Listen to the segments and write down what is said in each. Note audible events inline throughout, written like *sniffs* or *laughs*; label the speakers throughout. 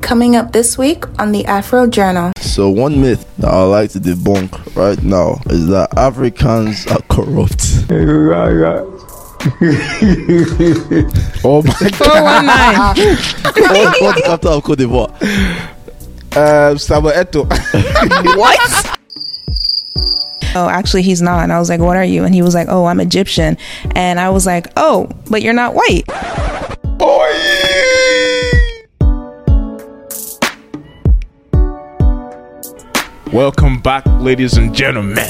Speaker 1: coming up this week on the Afro Journal.
Speaker 2: So one myth that I like to debunk right now is that Africans are corrupt.
Speaker 3: *laughs*
Speaker 2: oh my god!
Speaker 4: 419.
Speaker 2: What, what's after of Cote d'Ivoire?
Speaker 3: Uh, Samuel Eto.
Speaker 4: what? *laughs* Oh, actually, he's not. And I was like, what are you? And he was like, oh, I'm Egyptian. And I was like, oh, but you're not white.
Speaker 5: Welcome back, ladies and gentlemen,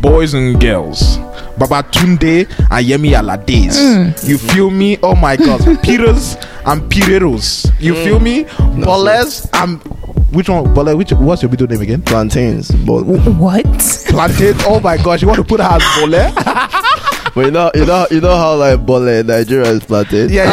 Speaker 5: boys and girls.
Speaker 3: Babatunde and Yemi Alades. You feel me? Oh my God. Peters and Pireros. You feel me? Boles and which one? Boles. Which? What's your middle name again?
Speaker 2: Plantains, but
Speaker 4: What?
Speaker 3: Plantain. Oh my gosh. You want to put her as Bole?
Speaker 2: but you know, you know, you know how like Bole Nigeria is plantain.
Speaker 3: Yeah,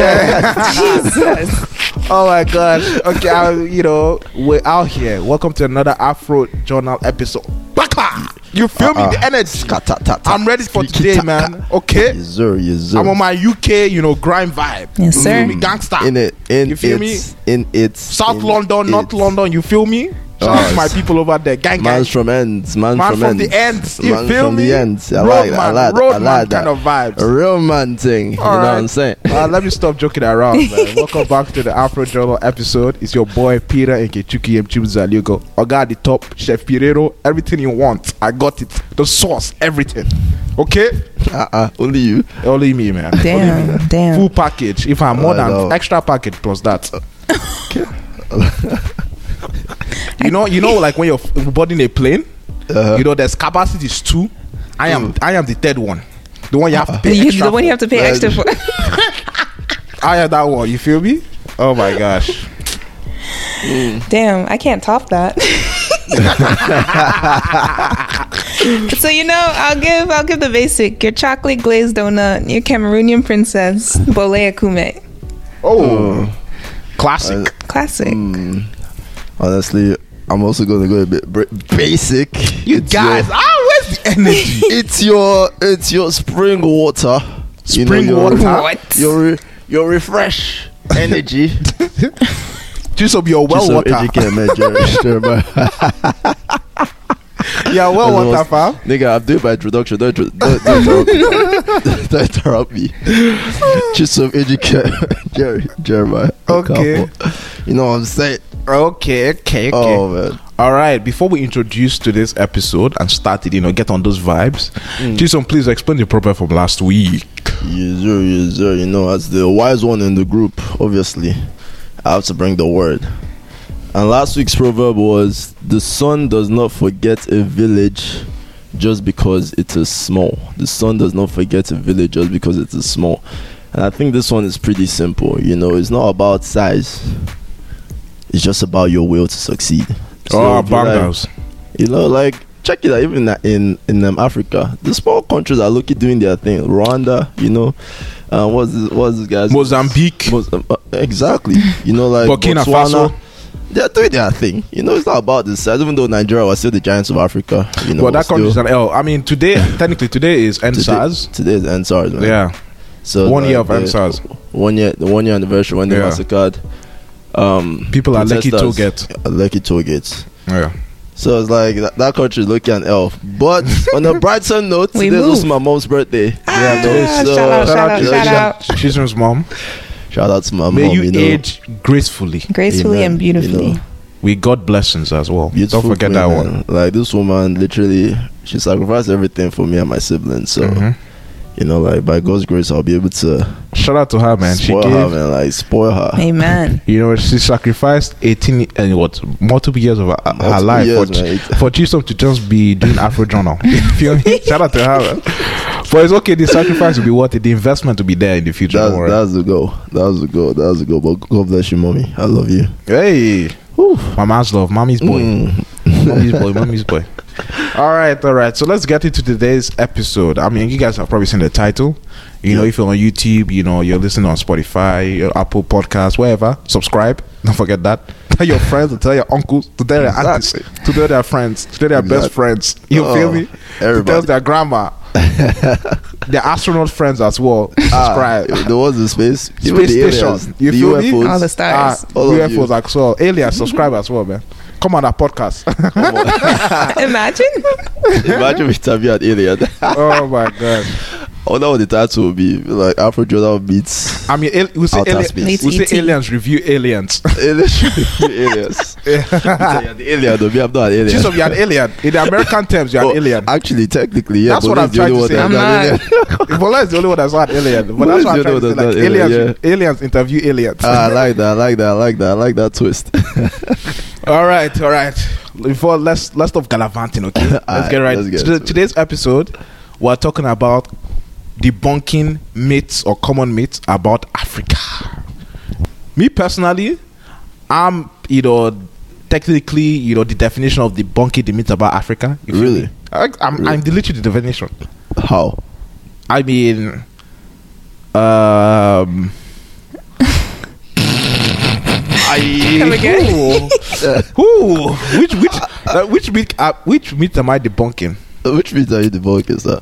Speaker 3: yeah,
Speaker 2: Oh,
Speaker 3: Jesus. *laughs* Oh my gosh. Okay, I, you know, we're out here. Welcome to another Afro Journal episode. Baka! You feel
Speaker 2: Uh-uh.
Speaker 3: me? The energy. I'm ready for today, man. Okay?
Speaker 2: Yes, sir. Yes, sir.
Speaker 3: I'm on my UK, you know, grind vibe.
Speaker 4: Yes, sir.
Speaker 3: You feel me? Gangster.
Speaker 2: in it. In
Speaker 3: You feel me?
Speaker 2: it's, In it.
Speaker 3: South
Speaker 2: in
Speaker 3: London,
Speaker 2: it.
Speaker 3: North London. You feel me? Shout out to my
Speaker 2: Yes.
Speaker 3: people over there. Gang, gang.
Speaker 2: Man's from ends. Man,
Speaker 3: Man
Speaker 2: from,
Speaker 3: from
Speaker 2: ends.
Speaker 3: the ends, you
Speaker 2: man
Speaker 3: feel
Speaker 2: from
Speaker 3: me?
Speaker 2: the ends. I
Speaker 3: Road
Speaker 2: like that. I
Speaker 3: man-
Speaker 2: like that. I
Speaker 3: road man
Speaker 2: like that.
Speaker 3: kind of vibes.
Speaker 2: A real man thing. you know what I'm
Speaker 3: Alright.
Speaker 2: saying?
Speaker 3: Uh, let me stop joking around,
Speaker 4: *laughs*
Speaker 3: man. Welcome back to the Afro Journal episode. It's your boy Peter Nkechuki Mchimzalugo. I got the top, Chef Pirero, everything you want. I got it. The sauce, everything. Okay?
Speaker 2: Uh-uh. Only you.
Speaker 3: Only me, man.
Speaker 4: Damn, damn.
Speaker 3: Full package. If I'm more
Speaker 2: I know. Uh,
Speaker 3: than extra package plus that. you know, you know, like when you're f- boarding a plane,
Speaker 2: Uh-huh.
Speaker 3: you know, there's capacity is two. I am, I am the third one. The one you have to pay.
Speaker 4: *laughs* You-
Speaker 3: extra
Speaker 4: the one you
Speaker 3: for.
Speaker 4: have to pay extra for. *laughs*
Speaker 3: I have that one. You feel me? Oh my gosh.
Speaker 4: Damn, I can't top that. *laughs* so you know, I'll give I'll give the basic: your chocolate glazed donut, your Cameroonian princess, Bole Akume,
Speaker 3: Oh,
Speaker 2: Uh,
Speaker 3: classic.
Speaker 4: classic.
Speaker 2: Honestly, I'm also going to go a bit br- basic.
Speaker 3: you
Speaker 2: It's
Speaker 3: guys,
Speaker 2: your-
Speaker 3: ah, where's the
Speaker 2: *laughs*
Speaker 3: energy?
Speaker 2: it's your it's your spring water. You know,
Speaker 3: Spring
Speaker 2: your- *laughs*
Speaker 3: water?
Speaker 4: What?
Speaker 2: Your re-
Speaker 3: *laughs*
Speaker 2: your refresh energy.
Speaker 3: Juice of your well
Speaker 2: Just some
Speaker 3: water.
Speaker 2: educated man, Jerry. Sure, man.
Speaker 3: *laughs* Yeah, well
Speaker 2: That's
Speaker 3: water,
Speaker 2: what I was-
Speaker 3: fam.
Speaker 2: Nigga, I'm doing my introduction. Don't, intro- don't,
Speaker 3: *laughs*
Speaker 2: don't, interrupt- don't interrupt me. Just some educate *laughs* Jerry, Jeremiah.
Speaker 3: Okay.
Speaker 2: Okafor. You know what I'm saying?
Speaker 3: Okay, okay, okay.
Speaker 2: Oh, man.
Speaker 3: All right, before we introduce to this episode and start it, you know, get on those vibes.
Speaker 2: Mm.
Speaker 3: Jason, please explain the problem from last week.
Speaker 2: Yes, sir, yes, sir. You know, as the wise one in the group, obviously, I have to bring the word. And last week's proverb was the sun does not forget a village just because it is small. The sun does not forget a village just because it is small. And I think this one is pretty simple. You know, it's not about size. It's just about your will to succeed. So
Speaker 3: Ah,
Speaker 5: Oh,
Speaker 2: if you like-
Speaker 5: bangers.
Speaker 2: you know, like check it out. Even in in um, Africa, the small countries are looking doing their thing. Rwanda, you know, uh, what's this, what's this guys?
Speaker 5: Mozambique.
Speaker 2: Mos- uh, uh, exactly. You know, like
Speaker 5: Burkina
Speaker 2: Botswana,
Speaker 5: Faso.
Speaker 2: They're doing their thing. You know, it's not about the size. Even though Nigeria was still the giants of Africa. You know,
Speaker 5: well, that
Speaker 2: still-
Speaker 5: country is an L. I
Speaker 2: *laughs*
Speaker 5: mean, today, technically, today is NSAS.
Speaker 2: Today, today is NSARS, man.
Speaker 5: Yeah.
Speaker 2: So
Speaker 5: One year of
Speaker 2: the-
Speaker 5: NSARS.
Speaker 2: One year, the one year anniversary when they
Speaker 5: Yeah.
Speaker 2: massacred. Um,
Speaker 5: People are lucky to
Speaker 2: protesters.
Speaker 5: get.
Speaker 2: Lucky targets.
Speaker 5: Yeah.
Speaker 2: So it's like that, that country is looking an elf.
Speaker 5: *laughs*
Speaker 2: But on a brighter note,
Speaker 4: We
Speaker 2: today's also
Speaker 4: moved.
Speaker 2: my mom's birthday.
Speaker 4: Ah, shout
Speaker 2: so
Speaker 4: out, shout out,
Speaker 2: you know,
Speaker 4: shout
Speaker 2: shout-
Speaker 4: out.
Speaker 5: Children's mom.
Speaker 2: shout out to my
Speaker 5: May
Speaker 2: mom.
Speaker 5: you,
Speaker 2: You know,
Speaker 5: age gracefully.
Speaker 4: Gracefully
Speaker 2: Amen,
Speaker 4: and beautifully.
Speaker 2: you know.
Speaker 5: We got blessings as well.
Speaker 2: beautiful
Speaker 5: Don't forget that
Speaker 2: women.
Speaker 5: one.
Speaker 2: Like this woman, literally, she sacrificed everything for me and my siblings. So
Speaker 5: Mhm.
Speaker 2: you know, like by God's grace, I'll be able to
Speaker 5: Shout out to her, man. She
Speaker 2: spoil
Speaker 5: gave,
Speaker 2: her, man. Like spoil her.
Speaker 4: Amen.
Speaker 5: *laughs* you know, she sacrificed 18 and what multiple years of her, her
Speaker 2: Multiple
Speaker 5: life
Speaker 2: years,
Speaker 5: for, Ch-
Speaker 2: man.
Speaker 5: for Chisholm to just be doing Afro Journal. *laughs* You feel me? Shout out to her, man. But it's okay. The sacrifice will be worth it. The investment will be there in the future.
Speaker 2: That's,
Speaker 5: don't worry.
Speaker 2: that's the goal. That's the goal. That's the goal. But God bless you, mommy. I love you.
Speaker 5: Hey,
Speaker 2: Whew.
Speaker 5: mama's love, mommy's boy,
Speaker 2: Mm.
Speaker 5: mommy's boy, mommy's boy. All right, all right. So let's get into today's episode. I mean, you guys have probably seen the title. You know, if you're on YouTube, you know, you're listening on Spotify, your Apple Podcast, wherever. Subscribe. *laughs* Don't forget that. Tell your friends, to tell your uncles, to tell their aunties, to tell their friends, to tell their
Speaker 2: Exactly.
Speaker 5: best friends. You
Speaker 2: Oh,
Speaker 5: feel me? To tell
Speaker 2: everybody. *laughs*
Speaker 5: their grandma. the astronaut friends as well.
Speaker 2: Ah.
Speaker 5: Subscribe.
Speaker 2: there was a space. Even
Speaker 5: Space
Speaker 2: the
Speaker 5: station.
Speaker 2: aliens,
Speaker 5: You
Speaker 2: the
Speaker 5: feel me?
Speaker 2: UFOs.
Speaker 4: All the stars.
Speaker 5: Ah,
Speaker 2: All of
Speaker 5: UFOs as well. Aliens, subscribe as well, man. Come on our podcast.
Speaker 4: Imagine.
Speaker 2: Imagine if Tavi oh, had alien. *laughs* I
Speaker 5: oh my god.
Speaker 2: wonder what the title would be. Like Afro Jordan
Speaker 5: *laughs*
Speaker 2: beats
Speaker 5: I mean, al- we say,
Speaker 2: Outer
Speaker 5: ali-
Speaker 2: space.
Speaker 5: we
Speaker 4: Meets
Speaker 5: say
Speaker 4: ET.
Speaker 5: aliens review
Speaker 2: *laughs*
Speaker 5: aliens.
Speaker 2: aliens. aliens. You say you're the alien, though. Me, I'm not an alien.
Speaker 5: Jesus, you're an alien. In the American terms, you're
Speaker 2: Oh,
Speaker 5: an alien.
Speaker 2: Actually, technically, yeah.
Speaker 5: That's
Speaker 2: but
Speaker 5: what
Speaker 2: we're
Speaker 5: I'm
Speaker 2: the only one
Speaker 5: trying to say.
Speaker 2: that's
Speaker 4: I'm
Speaker 2: not
Speaker 4: not-
Speaker 2: alien.
Speaker 5: *laughs* Vola is the only one that's not alien. But
Speaker 2: Vola
Speaker 5: that's
Speaker 2: is
Speaker 5: what I'm
Speaker 2: the
Speaker 5: trying
Speaker 2: only
Speaker 5: to
Speaker 2: one
Speaker 5: say.
Speaker 2: that's
Speaker 5: Like,
Speaker 2: not alien,
Speaker 5: aliens, aliens interview aliens.
Speaker 2: *laughs* Ah, I like that. I like that. I like that. I like that twist. *laughs*
Speaker 5: all right, all right. Before let's let's stop
Speaker 2: *laughs*
Speaker 5: gallivanting, okay? Let's
Speaker 2: All right,
Speaker 5: get right.
Speaker 2: let's get
Speaker 5: to the-
Speaker 2: to it.
Speaker 5: today's episode, we're talking about debunking myths or common myths about Africa. Me personally, I'm you know technically you know the definition of debunking the myths about Africa. You feel
Speaker 2: Really?
Speaker 5: me? I, I'm
Speaker 2: Really?
Speaker 5: I'm the literal definition.
Speaker 2: How?
Speaker 5: I mean, *laughs* um.
Speaker 4: Come again.
Speaker 5: Ooh. Ooh. uh, Which which uh, which meat uh, which meat am I debunking?
Speaker 2: Which means are you the focus? Huh?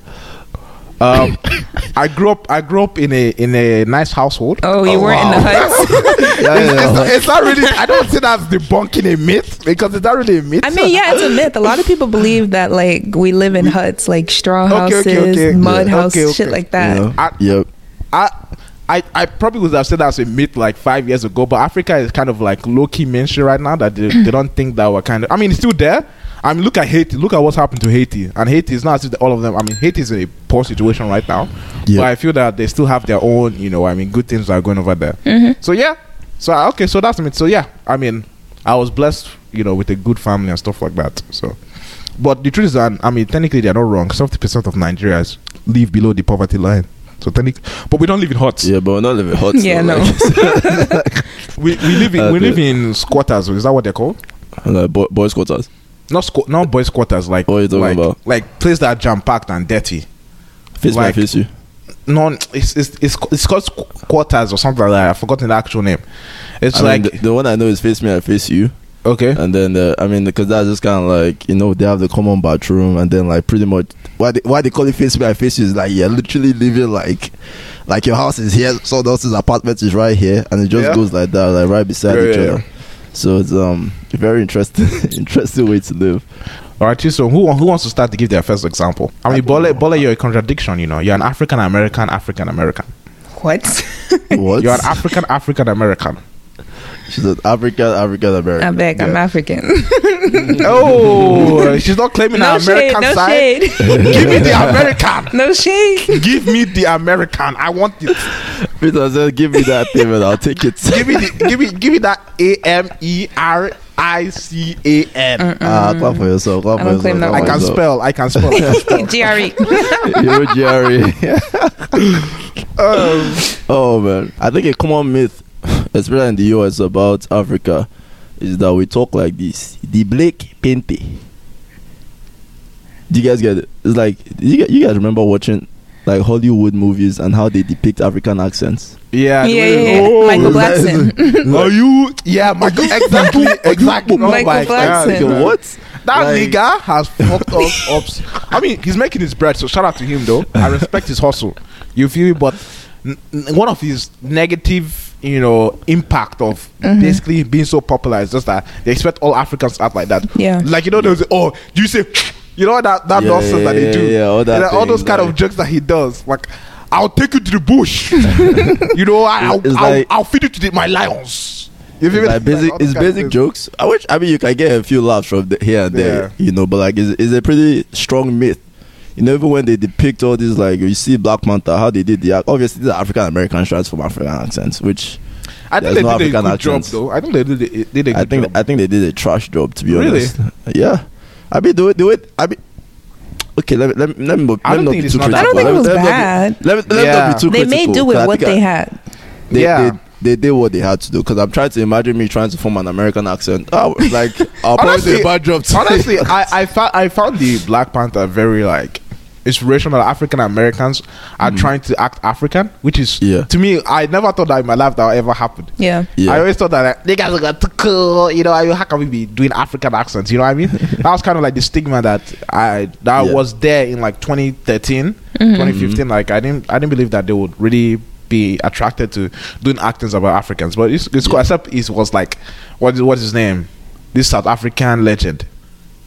Speaker 5: Um, I grew up I grew up in a in a nice household.
Speaker 4: Oh, you weren't in the huts. *laughs*
Speaker 2: Yeah, yeah,
Speaker 5: It's,
Speaker 2: yeah.
Speaker 5: not, it's not really. I don't see that as debunking a myth because it's not really a myth.
Speaker 4: I mean, yeah, it's a myth. A lot of people believe that like we live in huts, like straw
Speaker 5: Okay,
Speaker 4: houses,
Speaker 5: okay, okay.
Speaker 4: mud
Speaker 5: Yeah.
Speaker 4: houses,
Speaker 5: Okay, okay.
Speaker 4: shit like that.
Speaker 2: You know?
Speaker 5: I-
Speaker 2: Yep.
Speaker 5: I, I, I probably would have said that's a myth like five years ago, but Africa is kind of like low key mentioned right now that they, they don't think that we're kind of. I mean, it's still there. I mean, look at Haiti. Look at what's happened to Haiti. And Haiti is not as if all of them. I mean, Haiti is in a poor situation right now.
Speaker 2: Yeah.
Speaker 5: But I feel that they still have their own, you know, I mean, good things are going over there. So, yeah. So, I- okay. So, that's me. So, yeah. I mean, I was blessed, you know, with a good family and stuff like that. So, but the truth is that I mean, technically they're not wrong. Seventy percent of Nigerians live below the poverty line. So technically, but we don't live in huts.
Speaker 2: Yeah, but we're not living hot.
Speaker 4: Yeah,
Speaker 2: so,
Speaker 4: no.
Speaker 2: *laughs* Like,
Speaker 5: We, we live in
Speaker 2: Uh,
Speaker 5: we
Speaker 2: the-
Speaker 5: live in squatters. Is that what they're called?
Speaker 2: like boy, boys quarters.
Speaker 5: Not squ- not boys quarters. Like
Speaker 2: What are you talking
Speaker 5: like,
Speaker 2: about?
Speaker 5: Like place that are jam packed and dirty.
Speaker 2: Face
Speaker 5: Like-
Speaker 2: my face, you.
Speaker 5: Non, it's it's it's, it's called squ- quarters or something like that. I've forgotten the actual name. It's
Speaker 2: I
Speaker 5: like
Speaker 2: mean, the, the one I know is face me, I face you.
Speaker 5: okay.
Speaker 2: And then uh, I mean, because that's just kind of like you know they have the common bathroom, and then like pretty much why they, why they call it face me I face you is like you're literally living like like your house is here, someone else's apartment is right here, and it just
Speaker 5: Yeah.
Speaker 2: goes like that, like right beside
Speaker 5: Yeah,
Speaker 2: each
Speaker 5: yeah,
Speaker 2: other. So it's um a very interesting *laughs* interesting way to live.
Speaker 5: All right, so who who wants to start to give their first example? I mean, Bole, Bole, you're a contradiction. You know, you're an African American, African American.
Speaker 4: What?
Speaker 2: What?
Speaker 5: *laughs* You're an African
Speaker 4: *laughs*
Speaker 5: African American.
Speaker 2: She's an African African American.
Speaker 4: I beg, I'm African.
Speaker 5: Oh, she's not claiming
Speaker 4: no
Speaker 5: her
Speaker 4: shade,
Speaker 5: American
Speaker 4: no
Speaker 5: side.
Speaker 4: shade,
Speaker 5: *laughs*
Speaker 4: *laughs*
Speaker 5: Give me the American.
Speaker 4: no
Speaker 5: *laughs*
Speaker 4: shade.
Speaker 5: Give me the American. I want it.
Speaker 2: Peter said, "Give me that thing, and I'll take it."
Speaker 5: Give me the, give me give me that A M E R I C A
Speaker 4: Mm.
Speaker 5: N.
Speaker 2: *laughs* Ah, clap for yourself. Clap
Speaker 4: I
Speaker 2: for
Speaker 4: don't claim
Speaker 2: yourself.
Speaker 5: I
Speaker 4: that
Speaker 2: clap
Speaker 5: can
Speaker 2: for
Speaker 5: spell. I can spell. I can spell.
Speaker 4: GRE.
Speaker 2: yourself. Yo,
Speaker 5: *laughs*
Speaker 2: Jerry.
Speaker 5: Um.
Speaker 2: oh man, I think a common myth, especially in the US about Africa, is that we talk like this. The Blake Pente. Do you guys get it? It's like you guys, you guys remember watching like Hollywood movies and how they depict African accents.
Speaker 5: Yeah.
Speaker 4: *laughs* Yeah,
Speaker 5: the way-
Speaker 4: yeah, yeah. Michael Blackson.
Speaker 5: Are you? Yeah, Michael. Exactly. Exactly. Oh
Speaker 4: Michael
Speaker 5: my God.
Speaker 4: Blackson.
Speaker 2: Like, what?
Speaker 5: That
Speaker 2: Like-
Speaker 5: nigga has fucked us up. I mean, he's making his bread, so shout out to him though. I respect his hustle. You feel me? But n- n- one of his negative, you know, impact of
Speaker 2: Mm-hmm.
Speaker 5: basically being so popular is just that they expect all Africans to act like that.
Speaker 4: Yeah.
Speaker 5: Like you know, they'll say, "Oh, you say," *sniffs* you know that that
Speaker 2: Yeah,
Speaker 5: nonsense
Speaker 2: yeah,
Speaker 5: that they
Speaker 2: yeah,
Speaker 5: do.
Speaker 2: yeah, all that
Speaker 5: And then all those
Speaker 2: thing,
Speaker 5: kind of
Speaker 2: like-
Speaker 5: jokes that he does, like. I'll take you to the bush. *laughs* you know, I, I'll,
Speaker 2: It's
Speaker 5: I'll,
Speaker 2: like-
Speaker 5: I'll feed you to the, my lions. You feel me? *laughs*
Speaker 2: like basic,
Speaker 5: all those
Speaker 2: it's
Speaker 5: kind of
Speaker 2: basic
Speaker 5: things.
Speaker 2: jokes. I wish. I mean, you can get a few laughs from the, here and there,
Speaker 5: Yeah.
Speaker 2: you know. But like, it's, it's a pretty strong myth. You know, even when they depict all these, like you see Black Panther, how they did the act. Obviously, the African American shots from African accents, which
Speaker 5: I think
Speaker 2: There's no
Speaker 5: they did a
Speaker 2: African
Speaker 5: good job,
Speaker 2: accents.
Speaker 5: though. I think they did a, did a good
Speaker 2: I think
Speaker 5: job.
Speaker 2: I think they did a trash job. To be
Speaker 5: Really?
Speaker 2: honest, yeah. I mean, do it, do it. I mean. Okay, let me let me, let me,
Speaker 5: I
Speaker 2: let me
Speaker 5: don't
Speaker 2: not
Speaker 5: think
Speaker 2: be
Speaker 5: it's
Speaker 2: too
Speaker 5: not
Speaker 2: critical.
Speaker 5: that
Speaker 4: I don't think it was
Speaker 2: Let me-
Speaker 4: bad.
Speaker 2: Let me, let me
Speaker 5: Yeah.
Speaker 2: not be too
Speaker 4: They
Speaker 2: critical.
Speaker 4: may do
Speaker 2: 'cause I
Speaker 4: with what
Speaker 2: think I-
Speaker 4: they had.
Speaker 2: they,
Speaker 5: Yeah.
Speaker 2: they, they did what they had to do because I'm trying to imagine me trying to form an American accent. I would-
Speaker 5: *laughs*
Speaker 2: like, I'll probably do a bad job. today. *laughs*
Speaker 5: honestly, I I, found I found the Black Panther very like inspirational. African Americans are trying to act African, which is
Speaker 2: Mm. Yeah.
Speaker 5: to me I never thought that in my life that would ever happen.
Speaker 4: Yeah.
Speaker 2: Yeah.
Speaker 5: I always thought that eh? like, niggas are gonna too cool, you know. I mean, how can we be doing African *laughs* accents? You know what I mean? that was kind of like the stigma that I that
Speaker 2: Yeah.
Speaker 5: was there in like 2013.
Speaker 4: Mm-hmm.
Speaker 5: 2015. Like I didn't I didn't believe that they would really be attracted to doing actings about Africans. But it's, it's cool. Except it was like what is what's his name? This South African legend.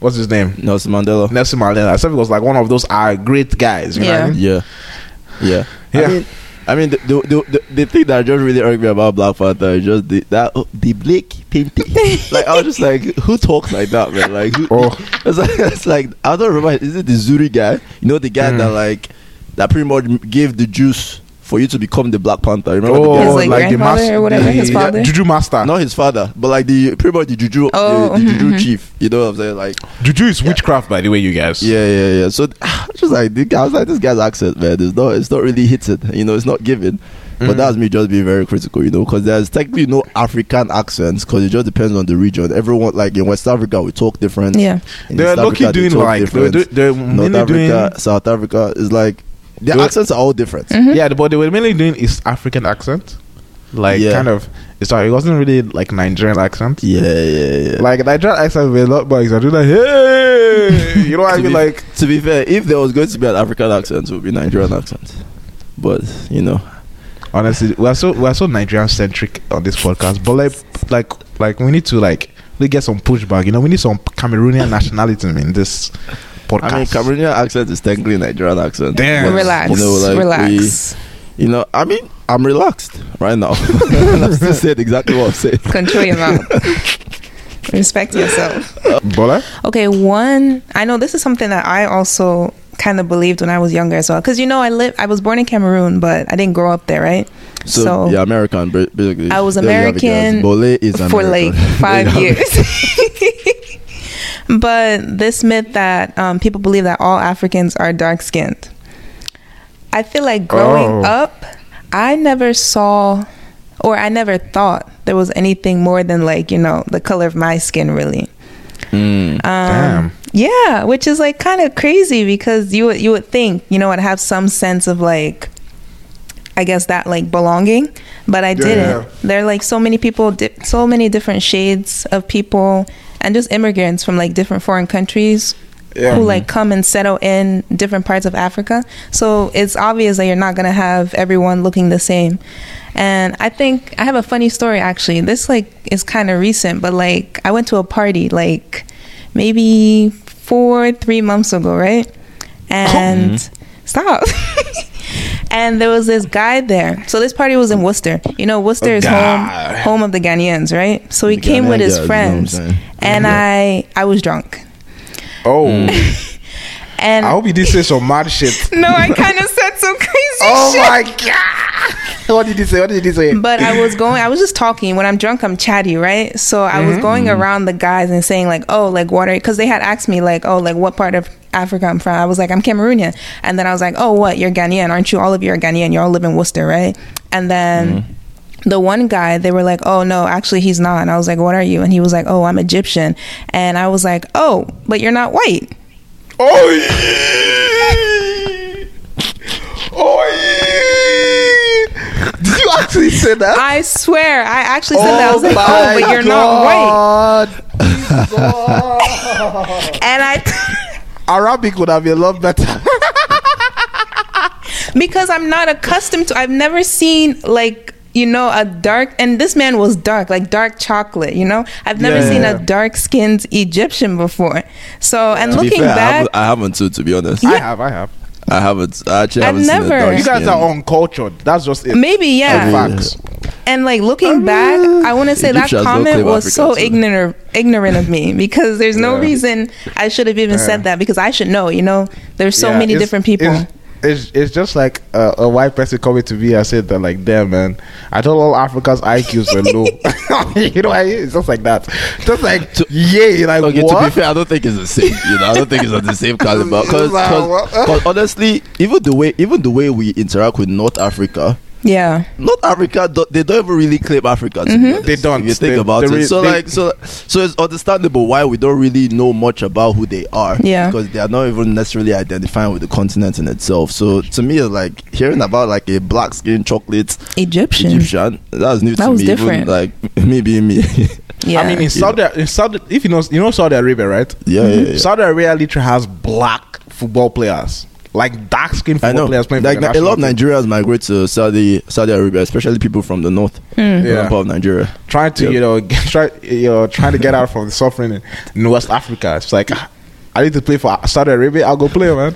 Speaker 5: What's his name?
Speaker 2: Nelson Mandela.
Speaker 5: Nelson Mandela. Except it was like one of those are great guys. You know what I
Speaker 4: Yeah.
Speaker 5: mean?
Speaker 2: Yeah, yeah.
Speaker 5: Yeah.
Speaker 2: I mean, I mean the, the, the, the thing that just really irked me about Black Panther is just the, that the Blake
Speaker 5: *laughs*
Speaker 2: Pimpy. like I was just like, who talks like that, man? Like, who,
Speaker 5: Oh.
Speaker 2: *laughs* it's like it's like I don't remember. Is it the Zuri guy? You know the guy
Speaker 5: Hmm.
Speaker 2: that like that pretty much gave the juice for you to become the Black Panther. Remember the guy?
Speaker 4: His, like, grandfather
Speaker 5: mas-
Speaker 4: or whatever, his
Speaker 5: Oh, the
Speaker 4: father?
Speaker 5: Juju master.
Speaker 2: Not his father, but like the pretty much the juju,
Speaker 4: Ah. Oh,
Speaker 2: the, the
Speaker 4: mhm,
Speaker 2: juju
Speaker 4: *laughs* mhm.
Speaker 2: chief. You know what I'm saying? Like,
Speaker 5: Juju is witchcraft, by the way, you guys.
Speaker 2: yeah, yeah, yeah. So *sighs* just like the guy, I was like, this guy's accent, man, it's not, it's not really hitting. You know, it's not given.
Speaker 4: Mm.
Speaker 2: But that's me just being very critical, you know, because there's technically no African accents, because it just depends on the region. Everyone, like in West Africa, we talk different.
Speaker 4: Yeah.
Speaker 2: In
Speaker 5: They're
Speaker 2: East Africa,
Speaker 5: lucky
Speaker 2: they
Speaker 5: doing
Speaker 2: talk
Speaker 5: like they were do,
Speaker 2: different.
Speaker 5: they're
Speaker 2: North
Speaker 5: mainly
Speaker 2: Africa,
Speaker 5: doing
Speaker 2: South Africa is like the
Speaker 5: They were-
Speaker 2: accents are all different.
Speaker 4: Mm. Mm-hmm.
Speaker 5: yeah, but they were mainly doing East African accent, like
Speaker 2: Yeah.
Speaker 5: kind of. Sorry, it wasn't really like Nigerian accent.
Speaker 2: Yeah, yeah, yeah.
Speaker 5: Like Nigerian accent were a lot more exaggerated. Like, hey, you know what
Speaker 2: *laughs*
Speaker 5: I
Speaker 2: To
Speaker 5: mean?
Speaker 2: be-
Speaker 5: Like,
Speaker 2: to be fair, if there was going to be an African accent, it would be Nigerian accent. But you know,
Speaker 5: honestly, we're so we're so Nigerian centric on this podcast. But like, like, like we need to like we get some pushback. You know, we need some Cameroonian nationality in this podcast.
Speaker 2: I mean, Cameroonian accent is technically Nigerian accent.
Speaker 5: Damn.
Speaker 2: but,
Speaker 4: Relax.
Speaker 2: you know, like,
Speaker 4: relax.
Speaker 2: we- you know, I mean, I'm relaxed right
Speaker 4: *laughs*
Speaker 2: now. I still said exactly what I'm saying.
Speaker 4: Control your mouth. Respect yourself.
Speaker 5: Bola?
Speaker 4: Okay, one. I know this is something that I also kind of believed when I was younger as well, because you know I live. I was born in Cameroon, but I didn't grow up there, right?
Speaker 2: So, yeah, American, ba- basically.
Speaker 4: I was
Speaker 2: There you have it, guys.
Speaker 4: American
Speaker 2: Bole is American. *laughs*
Speaker 4: for like
Speaker 2: There you
Speaker 4: five
Speaker 2: have it.
Speaker 4: years. *laughs* but this myth that um, people believe that all Africans are dark skinned. I feel like growing
Speaker 5: Oh.
Speaker 4: up, I never saw or I never thought there was anything more than like, you know, the color of my skin really.
Speaker 2: Mm.
Speaker 4: Um,
Speaker 5: Damn.
Speaker 4: Yeah, which is like kind of crazy because you would you would think you know I'd have some sense of like, I guess that like belonging, but I didn't.
Speaker 5: yeah.
Speaker 4: There are like so many people, di- so many different shades of people, and just immigrants from like different foreign countries who like come and settle in different parts of Africa. So it's obvious that you're not gonna have everyone looking the same. And I think I have a funny story actually. This like is kind of recent, but like I went to a party like maybe four, three months ago, right? And
Speaker 2: Mm-hmm.
Speaker 4: stop. *laughs* and there was this guy there. So this party was in Worcester. You know, Worcester is home
Speaker 5: God.
Speaker 4: home of the Ghanaians, right? So he
Speaker 2: Oh, The
Speaker 4: came with
Speaker 2: Ghanaian
Speaker 4: his
Speaker 2: guys, you know what I'm
Speaker 4: friends,
Speaker 2: saying?
Speaker 4: and I I was drunk.
Speaker 5: Oh,
Speaker 2: Hmm.
Speaker 4: And
Speaker 5: I hope you did say some mad
Speaker 4: *laughs*
Speaker 5: shit.
Speaker 4: No, I kind of said some *laughs* crazy
Speaker 5: Oh
Speaker 4: shit.
Speaker 5: my god! What did he say? What did he say?
Speaker 4: But I was going, I was just talking. When I'm drunk, I'm chatty, right? So I
Speaker 5: Mm-hmm.
Speaker 4: was going around the guys and saying, like, oh, like, what are, because they had asked me, like, oh, like, what part of Africa I'm from? I was like, I'm Cameroonian. And then I was like, oh, what? You're Ghanaian. Aren't you all of you are Ghanaian? You all live in Worcester, right? And then.
Speaker 5: Mm-hmm.
Speaker 4: The one guy, they were like, "Oh no, actually he's not." And I was like, "What are you?" And he was like, "Oh, I'm Egyptian." And I was like, "Oh, but you're not white."
Speaker 5: Oh, oh, did you actually say that?
Speaker 4: I swear, I actually said that. I was like, "Oh, but you're not white." and I *laughs*
Speaker 5: Arabic would have been a lot better.
Speaker 4: because I'm not accustomed to I've never seen like you know a dark and this man was dark like dark chocolate you know I've never
Speaker 5: Yeah.
Speaker 4: seen a dark skinned Egyptian before so and
Speaker 2: To be
Speaker 4: looking
Speaker 2: fair, I
Speaker 4: back
Speaker 2: haven't, I haven't too, to be honest.
Speaker 5: I have, I have.
Speaker 2: I haven't. I actually
Speaker 4: I've
Speaker 2: haven't seen
Speaker 4: never-
Speaker 2: a dark
Speaker 5: You guys
Speaker 2: skin.
Speaker 5: are uncultured. That's just it.
Speaker 4: maybe yeah
Speaker 5: Facts.
Speaker 4: and like looking back
Speaker 5: Ah,
Speaker 4: I want to say that
Speaker 2: Egyptians don't
Speaker 4: comment
Speaker 2: claim
Speaker 4: was
Speaker 2: Africa,
Speaker 4: so
Speaker 2: so-
Speaker 4: ignorant ignorant of
Speaker 5: *laughs*
Speaker 4: me because there's no
Speaker 5: Yeah.
Speaker 4: reason I should have even said that because I should know you know there's so
Speaker 5: Yeah,
Speaker 4: many
Speaker 5: it's-
Speaker 4: different people
Speaker 5: It's, it's, it's just like a, a white person coming to me and said that, like, damn, man, I thought all Africans' IQs were
Speaker 4: *laughs*
Speaker 5: low. *laughs* you know, what I mean? it's just like that. Just like,
Speaker 2: To-
Speaker 5: yeah, like,
Speaker 2: Okay,
Speaker 5: what?
Speaker 2: to be fair, I don't think it's the same. You know, I don't think it's of the same
Speaker 5: *laughs*
Speaker 2: caliber. Because
Speaker 5: Like, what?
Speaker 2: honestly, even the way even the way we interact with North Africa,
Speaker 4: yeah
Speaker 2: North Africa, do- they don't even really claim Africa. To
Speaker 4: Mm-hmm.
Speaker 2: be honest,
Speaker 5: They don't.
Speaker 2: If you think
Speaker 5: They-
Speaker 2: about
Speaker 5: they
Speaker 2: it,
Speaker 5: really-
Speaker 2: so
Speaker 5: they-
Speaker 2: like so so it's understandable why we don't really know much about who they are.
Speaker 4: Yeah.
Speaker 2: because they are not even necessarily identifying with the continent in itself. So to me, it's like hearing about like a black skin chocolate
Speaker 4: Egyptian,
Speaker 2: Egyptian, that was new
Speaker 4: That
Speaker 2: to
Speaker 4: was
Speaker 2: me.
Speaker 4: different.
Speaker 2: Even, like *laughs* me being me.
Speaker 4: yeah
Speaker 5: I mean, in Saudi, in Saudi, if you know, you know Saudi Arabia, right?
Speaker 2: yeah, yeah, yeah.
Speaker 5: Saudi Arabia literally has black football players. like dark skinned
Speaker 2: I know.
Speaker 5: football players playing
Speaker 2: like
Speaker 5: for
Speaker 2: a
Speaker 5: the
Speaker 2: lot of
Speaker 5: national team.
Speaker 2: Nigerians migrate to Saudi Saudi Arabia, especially people from the north,
Speaker 4: Hmm.
Speaker 2: northern
Speaker 5: Yeah.
Speaker 2: part of Nigeria.
Speaker 5: trying to you know *laughs* get, try you know trying to get out from the suffering in, in West Africa. It's like ah, I need to play for Saudi Arabia. I'll go play, man.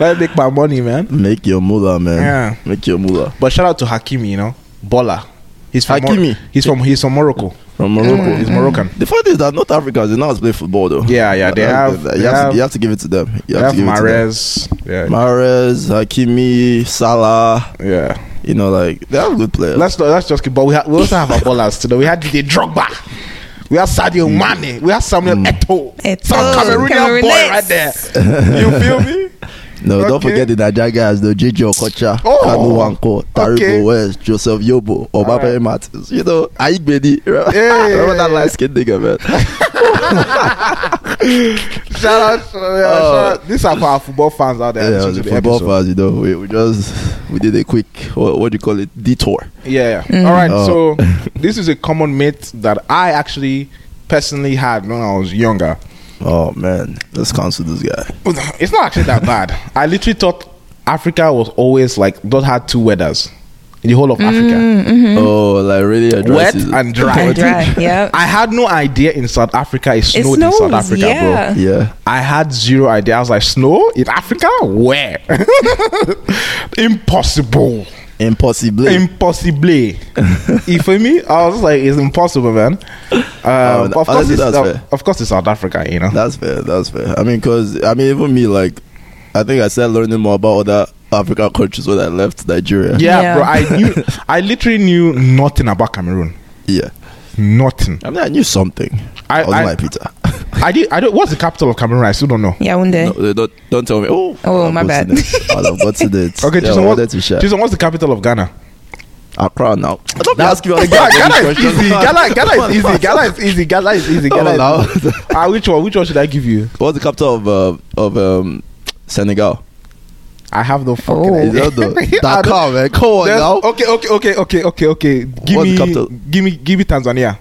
Speaker 5: Let me make my money, man.
Speaker 2: Make your mullah, man.
Speaker 5: Yeah.
Speaker 2: Make your mullah
Speaker 5: But shout out to Hakimi, you know, Bola. He's from Mor-
Speaker 2: Hakimi.
Speaker 5: he's from he's from Morocco.
Speaker 2: from Morocco.
Speaker 5: He's Moroccan.
Speaker 2: The fact is that North Africans they know how to play football, though.
Speaker 5: Yeah, yeah, they
Speaker 2: That's-
Speaker 5: have-
Speaker 2: that-
Speaker 5: they
Speaker 2: you, have
Speaker 5: have-
Speaker 2: to, you have to give it to them. You
Speaker 5: Yeah,
Speaker 2: have, to give
Speaker 5: Mahrez.
Speaker 2: it
Speaker 5: Yeah,
Speaker 2: to them. Mahrez, Hakimi, Salah.
Speaker 5: yeah.
Speaker 2: You know, like they have good players.
Speaker 5: Let's not, let's just keep. But we, ha- we also have our ballers today. We had DJ Drogba. We had Sadio
Speaker 2: Mm.
Speaker 5: Mane. We had Samuel Eto'o.
Speaker 4: Eto'o,
Speaker 5: Some Cameroonian boy
Speaker 4: Cameroonese.
Speaker 5: right there. You feel
Speaker 2: *laughs*
Speaker 5: me?
Speaker 2: no, don't
Speaker 5: okay.
Speaker 2: forget the Niger guys, though. Gigi Okocha,
Speaker 5: Oh,
Speaker 2: Kanu Wanko, Taribo
Speaker 5: okay.
Speaker 2: West, Joseph Yobo, Obaba
Speaker 5: Alright.
Speaker 2: Martins. You know, Aigbedi. *laughs* Remember,
Speaker 5: Yeah, yeah,
Speaker 2: remember that
Speaker 5: yeah.
Speaker 2: light skinned nigga,
Speaker 5: *laughs*
Speaker 2: man.
Speaker 5: Shout out! uh,
Speaker 2: Oh.
Speaker 5: shout out. These are for our football fans out there.
Speaker 2: Yeah,
Speaker 5: listening
Speaker 2: the
Speaker 5: to the
Speaker 2: football
Speaker 5: episode.
Speaker 2: fans, you know, we, we just we did a quick what, what do you call it detour.
Speaker 5: Yeah.
Speaker 4: Mm.
Speaker 5: All right.
Speaker 2: Oh. *laughs*
Speaker 5: So this is a common myth that I actually personally had when I was younger.
Speaker 2: Oh man, let's cancel this guy.
Speaker 5: It's not actually that bad. I literally thought Africa was always like not had two weathers in the whole of Africa,
Speaker 2: Oh, like really a dry
Speaker 5: Mm-hmm. wet
Speaker 2: season.
Speaker 5: and dry.
Speaker 4: Mm. And dry,
Speaker 5: *laughs*
Speaker 4: yeah.
Speaker 5: I had no idea in South Africa it snowed,
Speaker 4: snows,
Speaker 5: in South Africa,
Speaker 4: yeah.
Speaker 2: *laughs*
Speaker 5: bro.
Speaker 2: Yeah,
Speaker 5: I had zero idea. I was like, snow in Africa? Where? *laughs* Impossible.
Speaker 2: impossible. *laughs*
Speaker 5: Impossible. you feel me? I was just like, it's impossible, man. Um,
Speaker 2: Oh,
Speaker 5: but of, course
Speaker 2: honestly,
Speaker 5: it's,
Speaker 2: that's
Speaker 5: of,
Speaker 2: fair.
Speaker 5: of course, it's South Africa, you know.
Speaker 2: that's fair. That's fair. I mean, cause I mean, even me, like, I think I started learning more about other African countries when I left Nigeria.
Speaker 5: yeah,
Speaker 4: Yeah.
Speaker 5: bro.
Speaker 2: *laughs*
Speaker 5: I knew, I literally knew nothing about Cameroon.
Speaker 2: yeah.
Speaker 5: Nothing.
Speaker 2: I mean, I knew something.
Speaker 5: I-
Speaker 2: I, was
Speaker 5: I-
Speaker 2: like Peter. *laughs*
Speaker 5: I did. I don't. What's the capital of Cameroon? I still don't know.
Speaker 4: Yeah, one day.
Speaker 2: No, they don't don't tell me. Oh,
Speaker 4: Oh,
Speaker 2: I'll
Speaker 4: my
Speaker 2: go to
Speaker 4: bad.
Speaker 2: this. I'll
Speaker 5: *laughs*
Speaker 2: go to this.
Speaker 5: Okay,
Speaker 2: yeah,
Speaker 5: Jason,
Speaker 2: I
Speaker 5: what,
Speaker 2: wanted to share.
Speaker 5: Jason, what's the capital of Ghana?
Speaker 2: Accra now. I don't be asking you all
Speaker 5: *laughs* Ghana,
Speaker 2: these
Speaker 5: Ghana is
Speaker 2: questions. *laughs*
Speaker 5: easy. Ghana, Ghana is easy. Ghana is easy. Ghana is easy.
Speaker 2: Come
Speaker 5: Ghana
Speaker 2: on now.
Speaker 5: is easy. Ah, which one? Which one should I give you?
Speaker 2: What's the capital of uh, of um, Senegal?
Speaker 5: I have no fucking
Speaker 4: Oh.
Speaker 2: Is
Speaker 5: idea.
Speaker 2: that the
Speaker 5: *laughs* I don't-
Speaker 2: Dakar, man? Come on
Speaker 5: There's-
Speaker 2: now.
Speaker 5: Okay, okay, okay, okay, okay, okay. Give
Speaker 2: What's the
Speaker 5: me,
Speaker 2: capital?
Speaker 5: give me, give me Tanzania.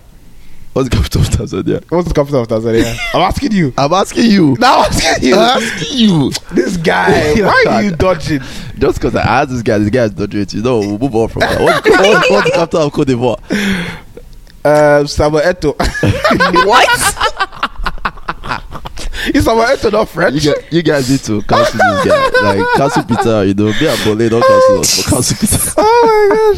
Speaker 2: What's the capital of Tanzania?
Speaker 5: What's the capital of Tanzania? I'm asking you.
Speaker 2: I'm asking you.
Speaker 5: Now I'm asking you.
Speaker 2: I'm asking you.
Speaker 5: This guy,
Speaker 2: Yeah,
Speaker 5: *laughs* why
Speaker 2: God.
Speaker 5: are you dodging?
Speaker 2: Just because I asked this guy, this guy's dodgy. You know, we'll move on from that. What's, what's, what's the capital of Cote d'Ivoire?
Speaker 5: Uh, Samuel *laughs* Eto.
Speaker 4: What?
Speaker 5: Is Samuel Eto not
Speaker 2: You,
Speaker 5: French?
Speaker 2: guys, you guys need to cancel this guy. Like, cancel Peter, you know. Be a bully, don't cancel us, but cancel Peter.
Speaker 5: Oh my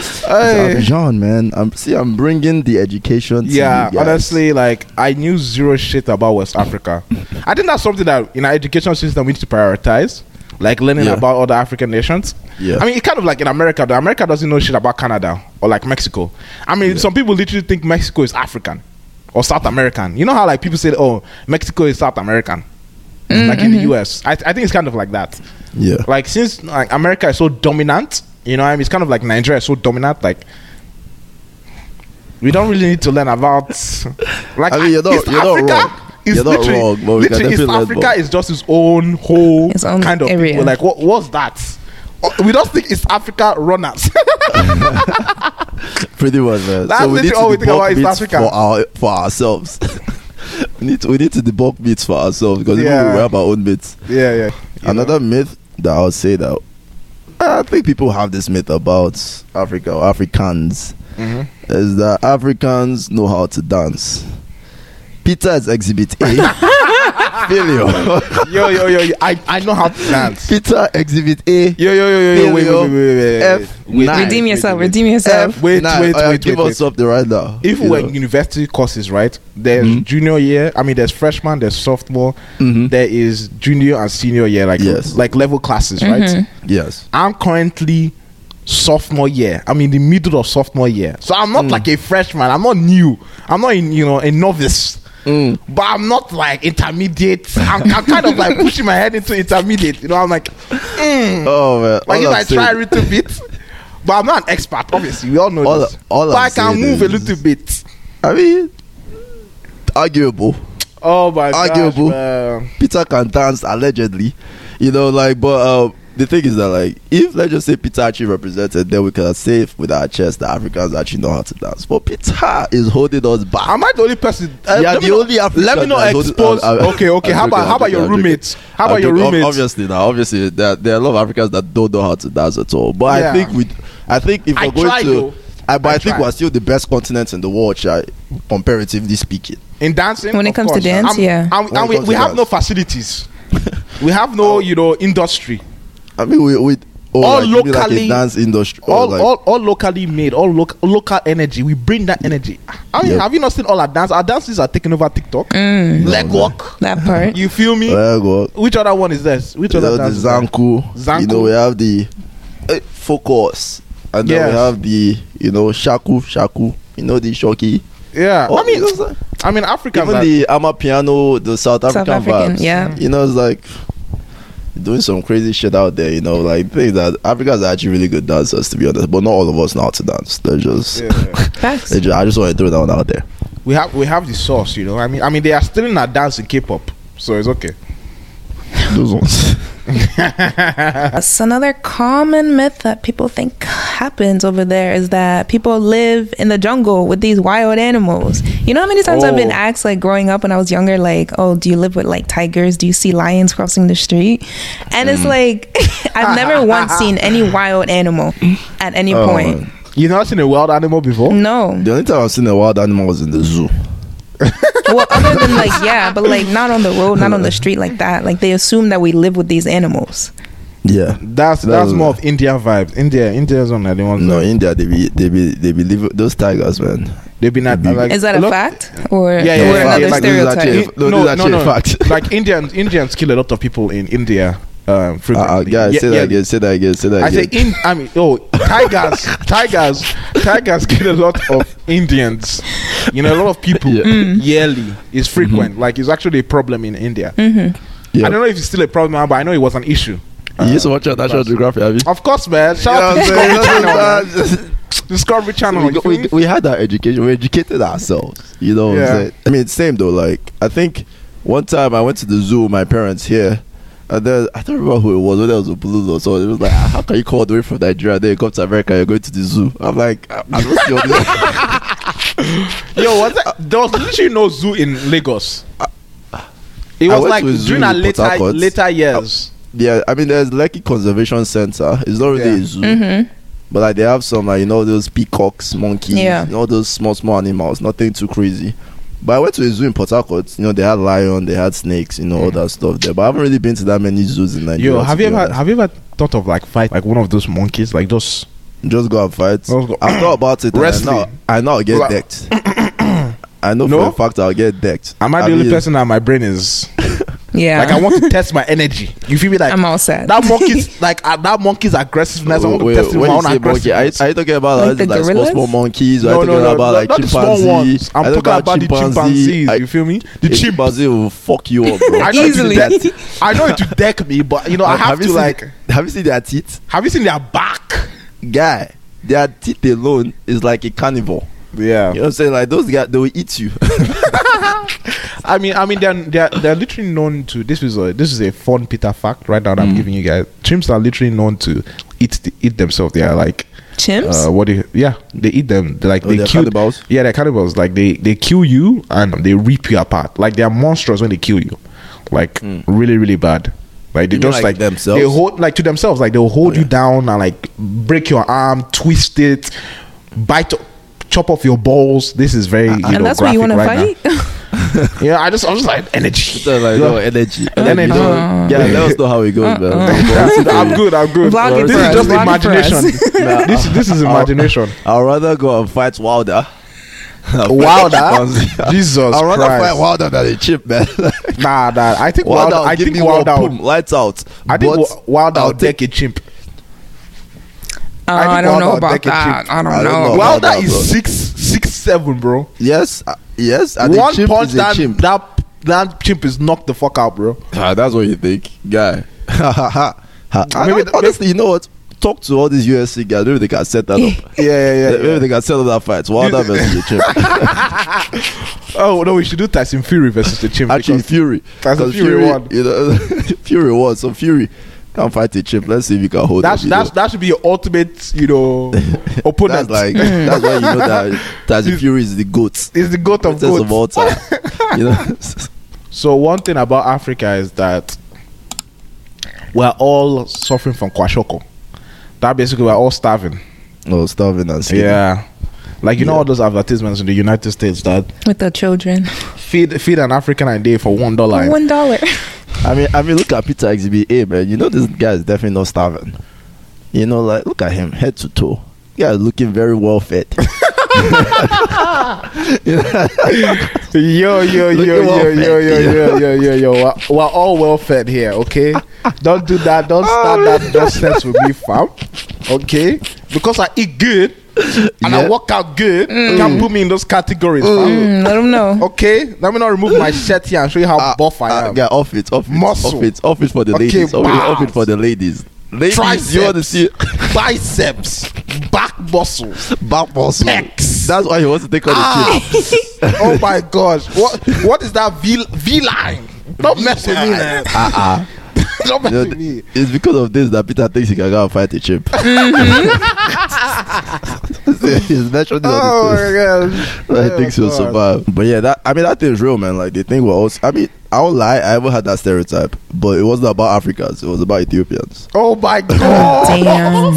Speaker 5: gosh. Hey.
Speaker 2: I'm Jean, man. I'm, see, I'm bringing the education to
Speaker 5: Yeah,
Speaker 2: you guys.
Speaker 5: honestly, like I knew zero shit about West Africa. I think that's something that in our education system we need to prioritize, like learning
Speaker 2: Yeah.
Speaker 5: about other African nations.
Speaker 2: Yeah.
Speaker 5: I mean, it's kind of like in America. though. America doesn't know shit about Canada or like Mexico. I mean, some people literally think Mexico is African or South American. You know how like people say, "Oh, Mexico is South American," like in the U.S. I, I think it's kind of like that.
Speaker 2: Yeah.
Speaker 5: Like since like America is so dominant, you know, what I mean, it's kind of like Nigeria is so dominant, like. We don't really need to
Speaker 2: *laughs*
Speaker 5: learn about like
Speaker 2: I mean, you're not-
Speaker 5: East
Speaker 2: you're not
Speaker 5: Africa
Speaker 2: wrong.
Speaker 5: is
Speaker 2: You're not
Speaker 5: literally-
Speaker 2: wrong, but we can
Speaker 5: literally East
Speaker 2: definitely learn
Speaker 5: Africa
Speaker 2: more.
Speaker 5: is just its own whole
Speaker 4: Its own
Speaker 5: kind of
Speaker 4: area.
Speaker 5: people. Like what what's that? Uh, We don't think East Africa runners. *laughs*
Speaker 2: Pretty much, man.
Speaker 5: That's
Speaker 2: so we
Speaker 5: literally
Speaker 2: need to
Speaker 5: all we think
Speaker 2: debunk
Speaker 5: about is
Speaker 2: myths
Speaker 5: Africa.
Speaker 2: for our for ourselves. *laughs* we need to, we need to debunk myths for ourselves because
Speaker 5: Yeah.
Speaker 2: even we have our own myths.
Speaker 5: yeah, yeah.
Speaker 2: Another myth that I'll say that I think people have this myth about Africa or Africans
Speaker 5: Mm-hmm.
Speaker 2: is that Africans know how to dance. Peter is exhibit
Speaker 5: *laughs*
Speaker 2: A. Failure. *laughs*
Speaker 5: Yo, yo, yo, yo. I, I know how to dance.
Speaker 2: Peter exhibit A.
Speaker 5: Yo, yo, yo, yo, yo. Wait, wait, wait, wait, wait, wait.
Speaker 2: F nine.
Speaker 4: Redeem yourself.
Speaker 5: wait, wait.
Speaker 4: Redeem yourself.
Speaker 5: Wait,
Speaker 2: Nah,
Speaker 5: wait,
Speaker 2: uh,
Speaker 5: wait,
Speaker 2: give
Speaker 5: wait,
Speaker 2: us something right now.
Speaker 5: If
Speaker 2: you
Speaker 5: we're
Speaker 2: know. Mm-hmm.
Speaker 5: in university courses, right? There's junior year. I mean, there's freshman, there's sophomore. there is junior and senior year, like
Speaker 2: Yes.
Speaker 5: like level classes, right?
Speaker 2: Mm-hmm. yes.
Speaker 5: I'm currently sophomore year. I'm in the middle of sophomore year, so I'm
Speaker 2: Mm.
Speaker 5: not like a freshman. I'm not new. I'm not in you know a novice.
Speaker 2: Mm.
Speaker 5: But I'm not like intermediate. I'm, I'm kind of like pushing my head into intermediate. You know, I'm like, mm.
Speaker 2: Oh man. All
Speaker 5: like if
Speaker 2: I'm
Speaker 5: I
Speaker 2: saying-
Speaker 5: try a little bit, but I'm not an expert. Obviously, we all know
Speaker 2: All-
Speaker 5: this.
Speaker 2: all
Speaker 5: but
Speaker 2: I'm
Speaker 5: I can
Speaker 2: saying
Speaker 5: move a
Speaker 2: is-
Speaker 5: little bit.
Speaker 2: I mean, arguable.
Speaker 5: Oh my gosh,
Speaker 2: Arguable.
Speaker 5: man.
Speaker 2: Peter can dance allegedly, you know, like, but uh, the thing is that like if let's just say Peter actually represented, then we can say with our chest that Africans actually know how to dance. But Peter is holding us back.
Speaker 5: Am I the only person? uh,
Speaker 2: Yeah,
Speaker 5: let
Speaker 2: the
Speaker 5: me not-
Speaker 2: only African
Speaker 5: Let me
Speaker 2: that's
Speaker 5: not
Speaker 2: holding-
Speaker 5: expose.
Speaker 2: I'm- I'm-
Speaker 5: okay, okay.
Speaker 2: I'm
Speaker 5: How
Speaker 2: joking,
Speaker 5: about how
Speaker 2: I'm
Speaker 5: about your
Speaker 2: joking, I'm joking.
Speaker 5: roommates? How about
Speaker 2: I'm
Speaker 5: your
Speaker 2: joking. Ob-
Speaker 5: roommates?
Speaker 2: Obviously, now obviously there, there are a lot of Africans that don't know how to dance at all. But
Speaker 5: Yeah.
Speaker 2: I think we, I think if
Speaker 5: I
Speaker 2: we're going
Speaker 5: try, though.
Speaker 2: to, I, but
Speaker 5: I
Speaker 2: I, think
Speaker 5: try.
Speaker 2: we're still the best continent in the world, sha, comparatively speaking.
Speaker 5: in dancing
Speaker 4: When it
Speaker 5: of
Speaker 4: comes to
Speaker 5: course.
Speaker 4: dance,
Speaker 5: I'm-
Speaker 4: yeah.
Speaker 5: I'm-
Speaker 2: When
Speaker 5: and
Speaker 2: it
Speaker 5: we,
Speaker 2: comes
Speaker 5: we
Speaker 2: to
Speaker 5: have
Speaker 2: dance. Oh.
Speaker 5: no
Speaker 2: *laughs*
Speaker 5: facilities we have no you know industry
Speaker 2: I mean, we, we oh,
Speaker 5: All
Speaker 2: like, you mean like
Speaker 5: locally-
Speaker 2: a dance industry, or
Speaker 5: all
Speaker 2: Oh, like,
Speaker 5: all, all locally made all loc local energy we bring that energy I mean,
Speaker 2: Yeah.
Speaker 5: have you not seen all our dance our dances are taking over tiktok
Speaker 4: Mm.
Speaker 5: leg walk
Speaker 4: That part.
Speaker 5: *laughs* you feel me
Speaker 2: well, go-
Speaker 5: which other one is this which
Speaker 2: you
Speaker 5: other
Speaker 2: know, the
Speaker 5: dance is that?
Speaker 2: zanku,
Speaker 5: Zanku.
Speaker 2: you know, we have the uh, focus, and then
Speaker 5: Yes.
Speaker 2: we have the you know shaku shaku, you know the shoki.
Speaker 5: yeah
Speaker 2: Oh,
Speaker 5: i mean
Speaker 2: it's like-
Speaker 5: i mean africa
Speaker 2: Even the Ama Piano, the South
Speaker 4: South
Speaker 2: African,
Speaker 4: African,
Speaker 2: vibes,
Speaker 4: yeah.
Speaker 2: You know, it's like doing some crazy shit out there. You know, like things that Africans are actually really good dancers, to be honest. But not all of us know how to dance. They're just,
Speaker 4: Facts.
Speaker 2: *laughs* they ju- I just want to throw that one out there.
Speaker 5: we have we have the source you know i mean i mean they are still in our dance in k-pop so it's okay
Speaker 2: Those ones.
Speaker 4: That's another common myth that people think happens over there is that people live in the jungle with these wild animals. You know how many times I've been
Speaker 5: Oh.
Speaker 4: asked, like growing up when I was younger, like, oh, do you live with like tigers? Do you see lions crossing the street? And it's like, *laughs* I've never once seen any wild animal at any
Speaker 2: Oh,
Speaker 4: point.
Speaker 5: you not seen a wild animal before
Speaker 4: No.
Speaker 2: The only time I've seen a wild animal was in the zoo.
Speaker 4: Well, other than like, yeah, but like not on the road, not on the street like that. Like they assume that we live with these animals.
Speaker 2: Yeah.
Speaker 5: That's
Speaker 2: That
Speaker 5: that's
Speaker 2: was-
Speaker 5: more of India vibes. India, India's one that they want.
Speaker 2: No, India, they be, they be, they be live, those tigers, man.
Speaker 5: they've been at like.
Speaker 4: Is that a
Speaker 5: lot-
Speaker 4: fact? Or,
Speaker 5: Yeah, yeah,
Speaker 4: or
Speaker 5: yeah,
Speaker 2: fact.
Speaker 4: another
Speaker 5: like,
Speaker 2: this is
Speaker 4: stereotype?
Speaker 2: actually- No, this is actually a fact.
Speaker 5: *laughs* like Indians, Indians kill a lot of people in India. Um,
Speaker 2: Uh,
Speaker 5: frequently.
Speaker 2: uh, guys,
Speaker 5: Yeah,
Speaker 2: say that
Speaker 5: yeah.
Speaker 2: again, say that again, say that
Speaker 5: I say
Speaker 2: again.
Speaker 5: in. I mean, oh,
Speaker 2: *laughs*
Speaker 5: tigers, tigers, tigers kill a lot of Indians. You know, a lot of people
Speaker 2: Yeah.
Speaker 4: Mm.
Speaker 2: Mm-hmm.
Speaker 5: yearly. It's frequent. Like it's actually a problem in India.
Speaker 2: Yeah.
Speaker 5: I don't know if it's still a problem, now, but I know it was an issue.
Speaker 2: you used to watch out National Geographic, have you?
Speaker 5: Of course, man. Shout out
Speaker 2: You know
Speaker 5: to
Speaker 2: what I'm
Speaker 5: Discovery Channel.
Speaker 2: saying?
Speaker 5: Discovery Channel.
Speaker 2: we,
Speaker 5: you
Speaker 2: go-
Speaker 5: feel
Speaker 2: we,
Speaker 5: me?
Speaker 2: we had our education. We educated ourselves. You know what
Speaker 5: Yeah.
Speaker 2: I'm saying? I mean, it's same though. Like, I think one time I went to the zoo with my parents here. And then I don't remember who it was, whether it was a blue or so. It was like, "Ah, how can you call the way from Nigeria? Then you come to America, you're going to the zoo. I'm like, I, I don't see all
Speaker 5: *laughs*
Speaker 2: this.
Speaker 5: Yo, was that, there was literally no zoo in Lagos. It
Speaker 2: I
Speaker 5: was
Speaker 2: went
Speaker 5: like
Speaker 2: to a zoo
Speaker 5: during
Speaker 2: in
Speaker 5: our
Speaker 2: Port
Speaker 5: later
Speaker 2: Harcourt.
Speaker 5: later years.
Speaker 2: Yeah, I mean, there's Lekki Conservation Center. It's not really
Speaker 5: Yeah.
Speaker 2: a zoo.
Speaker 4: Mm-hmm.
Speaker 2: But like, they have some, like, you know, those peacocks, monkeys,
Speaker 4: Yeah.
Speaker 2: you know, those small, small animals. Nothing too crazy. But I went to a zoo in Port Harcourt. You know, they had lion, they had snakes, you know, all that stuff there. But I haven't really been to that many zoos in Nigeria.
Speaker 5: Yo,
Speaker 2: to
Speaker 5: have you
Speaker 2: be
Speaker 5: ever
Speaker 2: honest.
Speaker 5: have you ever thought of like fight like one of those monkeys like those?
Speaker 2: Just go and fight.
Speaker 5: Just go-
Speaker 2: I've thought about it. and
Speaker 5: Wrestling.
Speaker 2: I know. I know. I'll get
Speaker 5: Like- *coughs*
Speaker 2: decked. I know
Speaker 5: No?
Speaker 2: for a fact I'll get decked.
Speaker 5: Am I the
Speaker 2: I
Speaker 5: only
Speaker 2: mean,
Speaker 5: person that my brain is
Speaker 4: Yeah.
Speaker 5: like I want to test my energy? You feel me? Like
Speaker 4: I'm all set. *laughs*
Speaker 5: that monkey's like uh, that monkey's aggressiveness. I want to
Speaker 2: wait,
Speaker 5: test
Speaker 2: when
Speaker 5: my
Speaker 2: you
Speaker 5: own
Speaker 2: say monkey, are you,
Speaker 5: aggressiveness.
Speaker 2: are you talking about
Speaker 4: Like
Speaker 2: like,
Speaker 4: the
Speaker 2: like small,
Speaker 4: gorillas?
Speaker 2: small monkeys?
Speaker 5: no,
Speaker 2: are you
Speaker 5: no,
Speaker 2: talking
Speaker 5: no,
Speaker 2: about
Speaker 5: no,
Speaker 2: like
Speaker 5: not the small
Speaker 2: chimpanzee?
Speaker 5: ones. I'm
Speaker 2: Are you
Speaker 5: talking about, the chimpanzees.
Speaker 2: I-
Speaker 5: you feel me?
Speaker 2: a
Speaker 5: The chimp.
Speaker 2: chimpanzee will fuck you up, bro.
Speaker 5: I know
Speaker 4: *laughs*
Speaker 5: it
Speaker 4: Easily.
Speaker 5: to deck. *laughs* I know it to deck me, but you know I
Speaker 2: Have-
Speaker 5: have
Speaker 2: have you
Speaker 5: to
Speaker 2: seen-
Speaker 5: like.
Speaker 2: Have you seen their teeth,
Speaker 5: Have you seen their back?
Speaker 2: guy? Their teeth alone is like a carnivore.
Speaker 5: Yeah.
Speaker 2: You know what I'm saying? Like those guys, they will eat you. *laughs*
Speaker 5: I mean, I mean, they're they're, they're literally known to. This is a this is a fun Peter fact right now that
Speaker 2: Hmm.
Speaker 5: I'm giving you guys. Chimps are literally known to eat the, eat themselves. They are like
Speaker 4: Chimps?
Speaker 5: uh, what do you? Yeah, they eat them. They're like
Speaker 2: Oh,
Speaker 5: they
Speaker 2: they're
Speaker 5: kill.
Speaker 2: cannibals?
Speaker 5: Yeah, they're cannibals. Like they they kill you and they rip you apart. Like they are monsters when they kill you. Like really really bad. Like they
Speaker 2: Hmm. You mean
Speaker 5: just
Speaker 2: like
Speaker 5: like
Speaker 2: themselves?
Speaker 5: They hold like to themselves. Like they'll hold you down and like break your arm, twist it, bite. Chop off your balls. This is
Speaker 2: Uh,
Speaker 5: very, you know,
Speaker 4: and that's where you want
Speaker 5: graphic
Speaker 4: to
Speaker 5: right now.
Speaker 4: fight? *laughs*
Speaker 5: Yeah, I just I was just like energy.
Speaker 2: So, like, no, energy.
Speaker 5: Energy.
Speaker 2: You know, yeah, let us know how it goes,
Speaker 5: *laughs*
Speaker 2: man.
Speaker 5: *laughs* Uh, I'm good. I'm good.
Speaker 4: Vlog it
Speaker 5: this
Speaker 4: for
Speaker 5: is
Speaker 4: us,
Speaker 5: just
Speaker 4: vlog it for us.
Speaker 2: *laughs*
Speaker 5: imagination.
Speaker 2: Nah, uh,
Speaker 5: this this is imagination.
Speaker 2: I'd rather go and fight Wilder.
Speaker 5: *laughs*
Speaker 2: *laughs*
Speaker 5: Wilder, Jesus
Speaker 2: I'd rather
Speaker 5: Christ.
Speaker 2: fight Wilder than a chip, man. *laughs*
Speaker 5: Nah, nah. I think
Speaker 2: Wilder,
Speaker 5: Wilder.
Speaker 2: will
Speaker 5: I
Speaker 2: give
Speaker 5: think
Speaker 2: me one
Speaker 5: Wilder.
Speaker 2: boom,
Speaker 5: would-
Speaker 2: lights out.
Speaker 5: I think
Speaker 2: But
Speaker 5: Wa- Wilder
Speaker 2: I'll
Speaker 5: will
Speaker 2: take
Speaker 5: deck a chimp.
Speaker 4: Uh,
Speaker 5: I think
Speaker 4: I, don't know
Speaker 5: Wilder
Speaker 4: about
Speaker 5: take a
Speaker 4: that.
Speaker 5: chip.
Speaker 4: I don't
Speaker 2: I don't
Speaker 4: know.
Speaker 2: know.
Speaker 5: Wilder
Speaker 2: Oh, Wilder, bro.
Speaker 5: is six six seven, bro.
Speaker 2: Yes, uh, yes. I
Speaker 5: One
Speaker 2: think chimp
Speaker 5: punch
Speaker 2: is a
Speaker 5: that
Speaker 2: chimp.
Speaker 5: that that chimp is knocked the fuck out, bro.
Speaker 2: Ah, that's what you think, guy. Ha, ha, ha. Ha. I
Speaker 5: Maybe
Speaker 2: don't-
Speaker 5: the-
Speaker 2: honestly, you know what? Talk to all these UFC guys. Maybe they can set that up.
Speaker 5: *laughs* Yeah, yeah, yeah.
Speaker 2: Maybe they can set up that fight. Wilder versus the
Speaker 5: *laughs*
Speaker 2: chimp.
Speaker 5: Oh no, we should do Tyson Fury versus the chimp.
Speaker 2: Actually,
Speaker 5: because-
Speaker 2: Fury. *laughs*
Speaker 5: Tyson
Speaker 2: 'Cause
Speaker 5: Fury won.
Speaker 2: You know, Fury won. So Fury Can't fight a chip. Let's see if you can hold
Speaker 3: That's
Speaker 2: it.
Speaker 3: that's that should be your ultimate, you know,
Speaker 2: *laughs*
Speaker 3: opponent.
Speaker 2: that's like that's why you know that
Speaker 5: *laughs*
Speaker 2: Tyson Fury is the goat.
Speaker 3: is the goat of
Speaker 2: Greatest
Speaker 3: goats.
Speaker 2: of all time. you know? *laughs*
Speaker 5: So one thing about Africa is that we're all suffering from kwashoko. That basically we're all starving.
Speaker 2: No, Oh, starving and sleeping.
Speaker 5: Yeah. Like you know
Speaker 2: Yeah.
Speaker 5: all those advertisements in the United States that
Speaker 4: with the children.
Speaker 5: feed feed an African a day for one dollar.
Speaker 4: One dollar.
Speaker 2: I mean, I mean, look at Peter Exhibit A, man. You know this guy is definitely not starving. You know, like look at him, head to toe. Yeah, looking very well
Speaker 5: *laughs*
Speaker 2: fed.
Speaker 5: Yo yo yo
Speaker 2: Look at
Speaker 5: yo
Speaker 2: what
Speaker 5: yo yo
Speaker 2: fed,
Speaker 5: yo yo yo yo. We're, we're all well fed here, okay? Don't do
Speaker 2: *laughs*
Speaker 5: that.
Speaker 2: Oh,
Speaker 5: Don't start that nonsense with me, fam. Okay? Because I eat good and I
Speaker 2: Yeah.
Speaker 5: work out good, you can't put me in those categories, fam.
Speaker 4: Mm, let them know.
Speaker 5: *laughs* Okay, let me not remove my shirt here and show you how Ah, buff I am.
Speaker 2: Ah, yeah, off it, off it,
Speaker 5: Muscle.
Speaker 2: off it, off it for the
Speaker 5: Okay,
Speaker 2: ladies. Off it, off it
Speaker 5: bars.
Speaker 2: for the ladies. Ladies, you want to
Speaker 5: Triceps.
Speaker 2: see
Speaker 5: Biceps, back muscles.
Speaker 2: back muscle?
Speaker 5: Pecs.
Speaker 2: That's why he wants to take on the
Speaker 5: Ah. *laughs*
Speaker 2: chip.
Speaker 5: oh my gosh, what what is that V V line? Don't mess with me, man.
Speaker 2: Uh-uh.
Speaker 5: *laughs* Don't mess
Speaker 2: You know,
Speaker 5: with me.
Speaker 2: it's because of this that Peter thinks he can go and fight a chip.
Speaker 5: Mm-hmm.
Speaker 2: *laughs* He's mentioned it on his face.
Speaker 5: Oh my
Speaker 2: *laughs*
Speaker 5: gosh.
Speaker 2: I
Speaker 5: Oh,
Speaker 2: think she'll
Speaker 5: God.
Speaker 2: survive. But yeah, that I mean that thing's real, man. Like they think we're all. I mean, I won't lie, I ever had that stereotype, but it wasn't about Africans. It was about Ethiopians.
Speaker 5: Oh my god.
Speaker 4: Damn.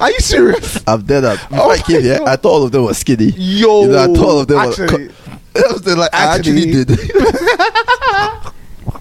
Speaker 5: Are you serious?
Speaker 2: I've done that. Before
Speaker 5: Oh
Speaker 2: I came
Speaker 5: my
Speaker 2: here,
Speaker 5: God.
Speaker 2: I thought all of them were skinny.
Speaker 5: Yo,
Speaker 2: You know, I thought all of them
Speaker 5: actually,
Speaker 2: were. *laughs* Co- They're like, I
Speaker 5: Actually,
Speaker 2: actually
Speaker 5: *laughs*
Speaker 2: did. *laughs*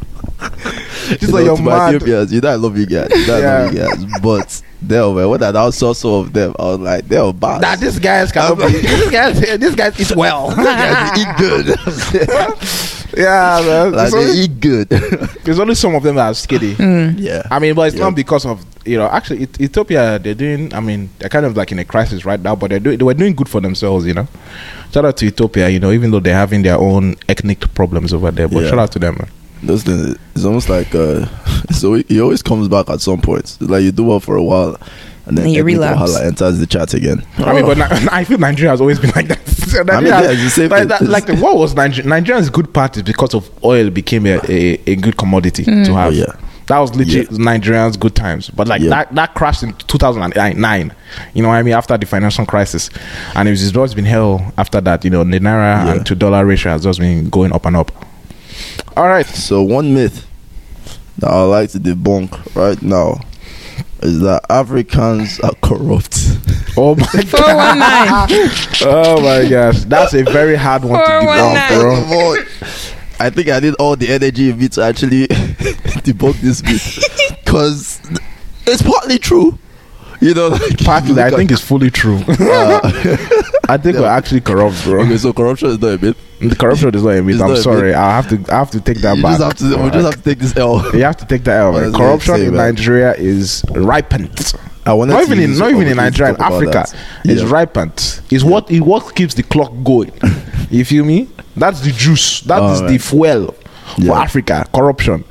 Speaker 5: Just like your
Speaker 2: to my
Speaker 5: mad.
Speaker 2: Ethiopians, you know, I love you guys. You know, I love you
Speaker 5: *laughs*
Speaker 2: guys. But damn, man, when I now saw some of them, I was like, they're bad.
Speaker 5: Nah,
Speaker 2: *laughs*
Speaker 5: this guy's cannot be. This guy's this guy's is well. *laughs*
Speaker 2: eat good. *laughs*
Speaker 5: yeah, man.
Speaker 2: like
Speaker 5: There's
Speaker 2: they
Speaker 5: only,
Speaker 2: eat good.
Speaker 5: there's only some of them that are skinny.
Speaker 2: Mm. *laughs* yeah.
Speaker 5: I mean, but it's
Speaker 2: Yeah.
Speaker 5: not because of you know. Actually, Eth- Ethiopia they're doing. I mean, they're kind of like in a crisis right now, but they're doing, they were doing good for themselves. You know, shout out to Ethiopia. You know, even though they're having their own ethnic problems over there, but
Speaker 2: Yeah.
Speaker 5: shout out to them. Man.
Speaker 2: Those things, it's almost like uh, *laughs* so it, it always comes back at some point. It's like you do well for a while, and then
Speaker 4: And you
Speaker 2: every
Speaker 4: relapse.
Speaker 2: Wahala enters the chat again.
Speaker 5: I mean, but Ni- *laughs* I feel Nigeria has always been like that. *laughs* So
Speaker 2: Oh. I mean,
Speaker 5: Nigeria-
Speaker 2: yeah, it's the same-
Speaker 5: like, that,
Speaker 2: it's-
Speaker 5: like what was Nigeria? Nigeria's good part is because of oil became a, a, a good commodity to have.
Speaker 2: Oh, yeah.
Speaker 5: That was legit Nigerians' good times, but like
Speaker 2: Yeah.
Speaker 5: that, that crashed in 2009. You know what I mean? After the financial crisis, and it's always been hell after that. You know, the naira
Speaker 2: Yeah.
Speaker 5: and to dollar ratio has just been going up and up. All right,
Speaker 2: so one myth that I like to debunk right now is that Africans are corrupt.
Speaker 5: oh my, *laughs*
Speaker 4: Four one nine.
Speaker 5: oh my gosh, that's a very hard one to give
Speaker 2: Now,
Speaker 5: out,
Speaker 4: 419.
Speaker 5: bro.
Speaker 2: first of all, I think I need all the energy in me to actually *laughs* debunk this myth because it's partly true. You know, like, *laughs*
Speaker 5: Partly, I think it's fully true. *laughs* I think
Speaker 2: Yeah.
Speaker 5: we're actually corrupt,
Speaker 2: *laughs*
Speaker 5: bro.
Speaker 2: okay. So corruption is not a myth.
Speaker 5: The corruption is not a myth.
Speaker 2: It's
Speaker 5: I'm
Speaker 2: not a
Speaker 5: sorry. I have to. I have to take that
Speaker 2: You
Speaker 5: back.
Speaker 2: just have to, we just have to take this L.
Speaker 5: *laughs* you have to take that out. man.
Speaker 2: Honestly,
Speaker 5: Corruption
Speaker 2: same,
Speaker 5: in
Speaker 2: man.
Speaker 5: Nigeria is rampant.
Speaker 2: I wanted
Speaker 5: Not
Speaker 2: to
Speaker 5: even in
Speaker 2: use
Speaker 5: not
Speaker 2: the
Speaker 5: even in
Speaker 2: opportunity to
Speaker 5: Nigeria, in
Speaker 2: talk about
Speaker 5: Africa,
Speaker 2: that.
Speaker 5: it's
Speaker 2: Yeah.
Speaker 5: rampant. It's what it what keeps the clock
Speaker 2: *laughs*
Speaker 5: going. you feel me? That's the juice. That is the
Speaker 2: Alright.
Speaker 5: fuel
Speaker 2: Yeah.
Speaker 5: for Africa. Corruption,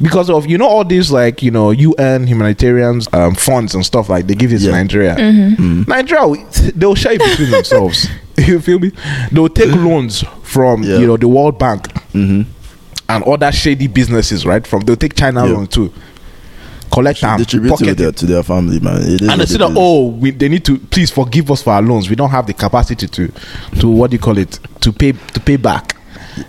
Speaker 5: because of you know all these like you know UN humanitarian um, funds and stuff like they give it to
Speaker 2: Yeah. Mm-hmm.
Speaker 5: Nigeria. Nigeria, we- *laughs* they'll share it
Speaker 2: *laughs*
Speaker 5: between themselves. you feel me? They'll take loans from
Speaker 2: Yeah.
Speaker 5: you know the World Bank
Speaker 2: Mhm.
Speaker 5: and other shady businesses, right? From they'll take China
Speaker 2: Yeah.
Speaker 5: loan too. Collect them,
Speaker 2: distribute to
Speaker 5: pocket
Speaker 2: their,
Speaker 5: it
Speaker 2: to their family, man. It is
Speaker 5: and they
Speaker 2: what
Speaker 5: say
Speaker 2: it
Speaker 5: that
Speaker 2: is.
Speaker 5: oh we, they need to please forgive us for our loans we don't have the capacity to to what do you call it to pay to pay back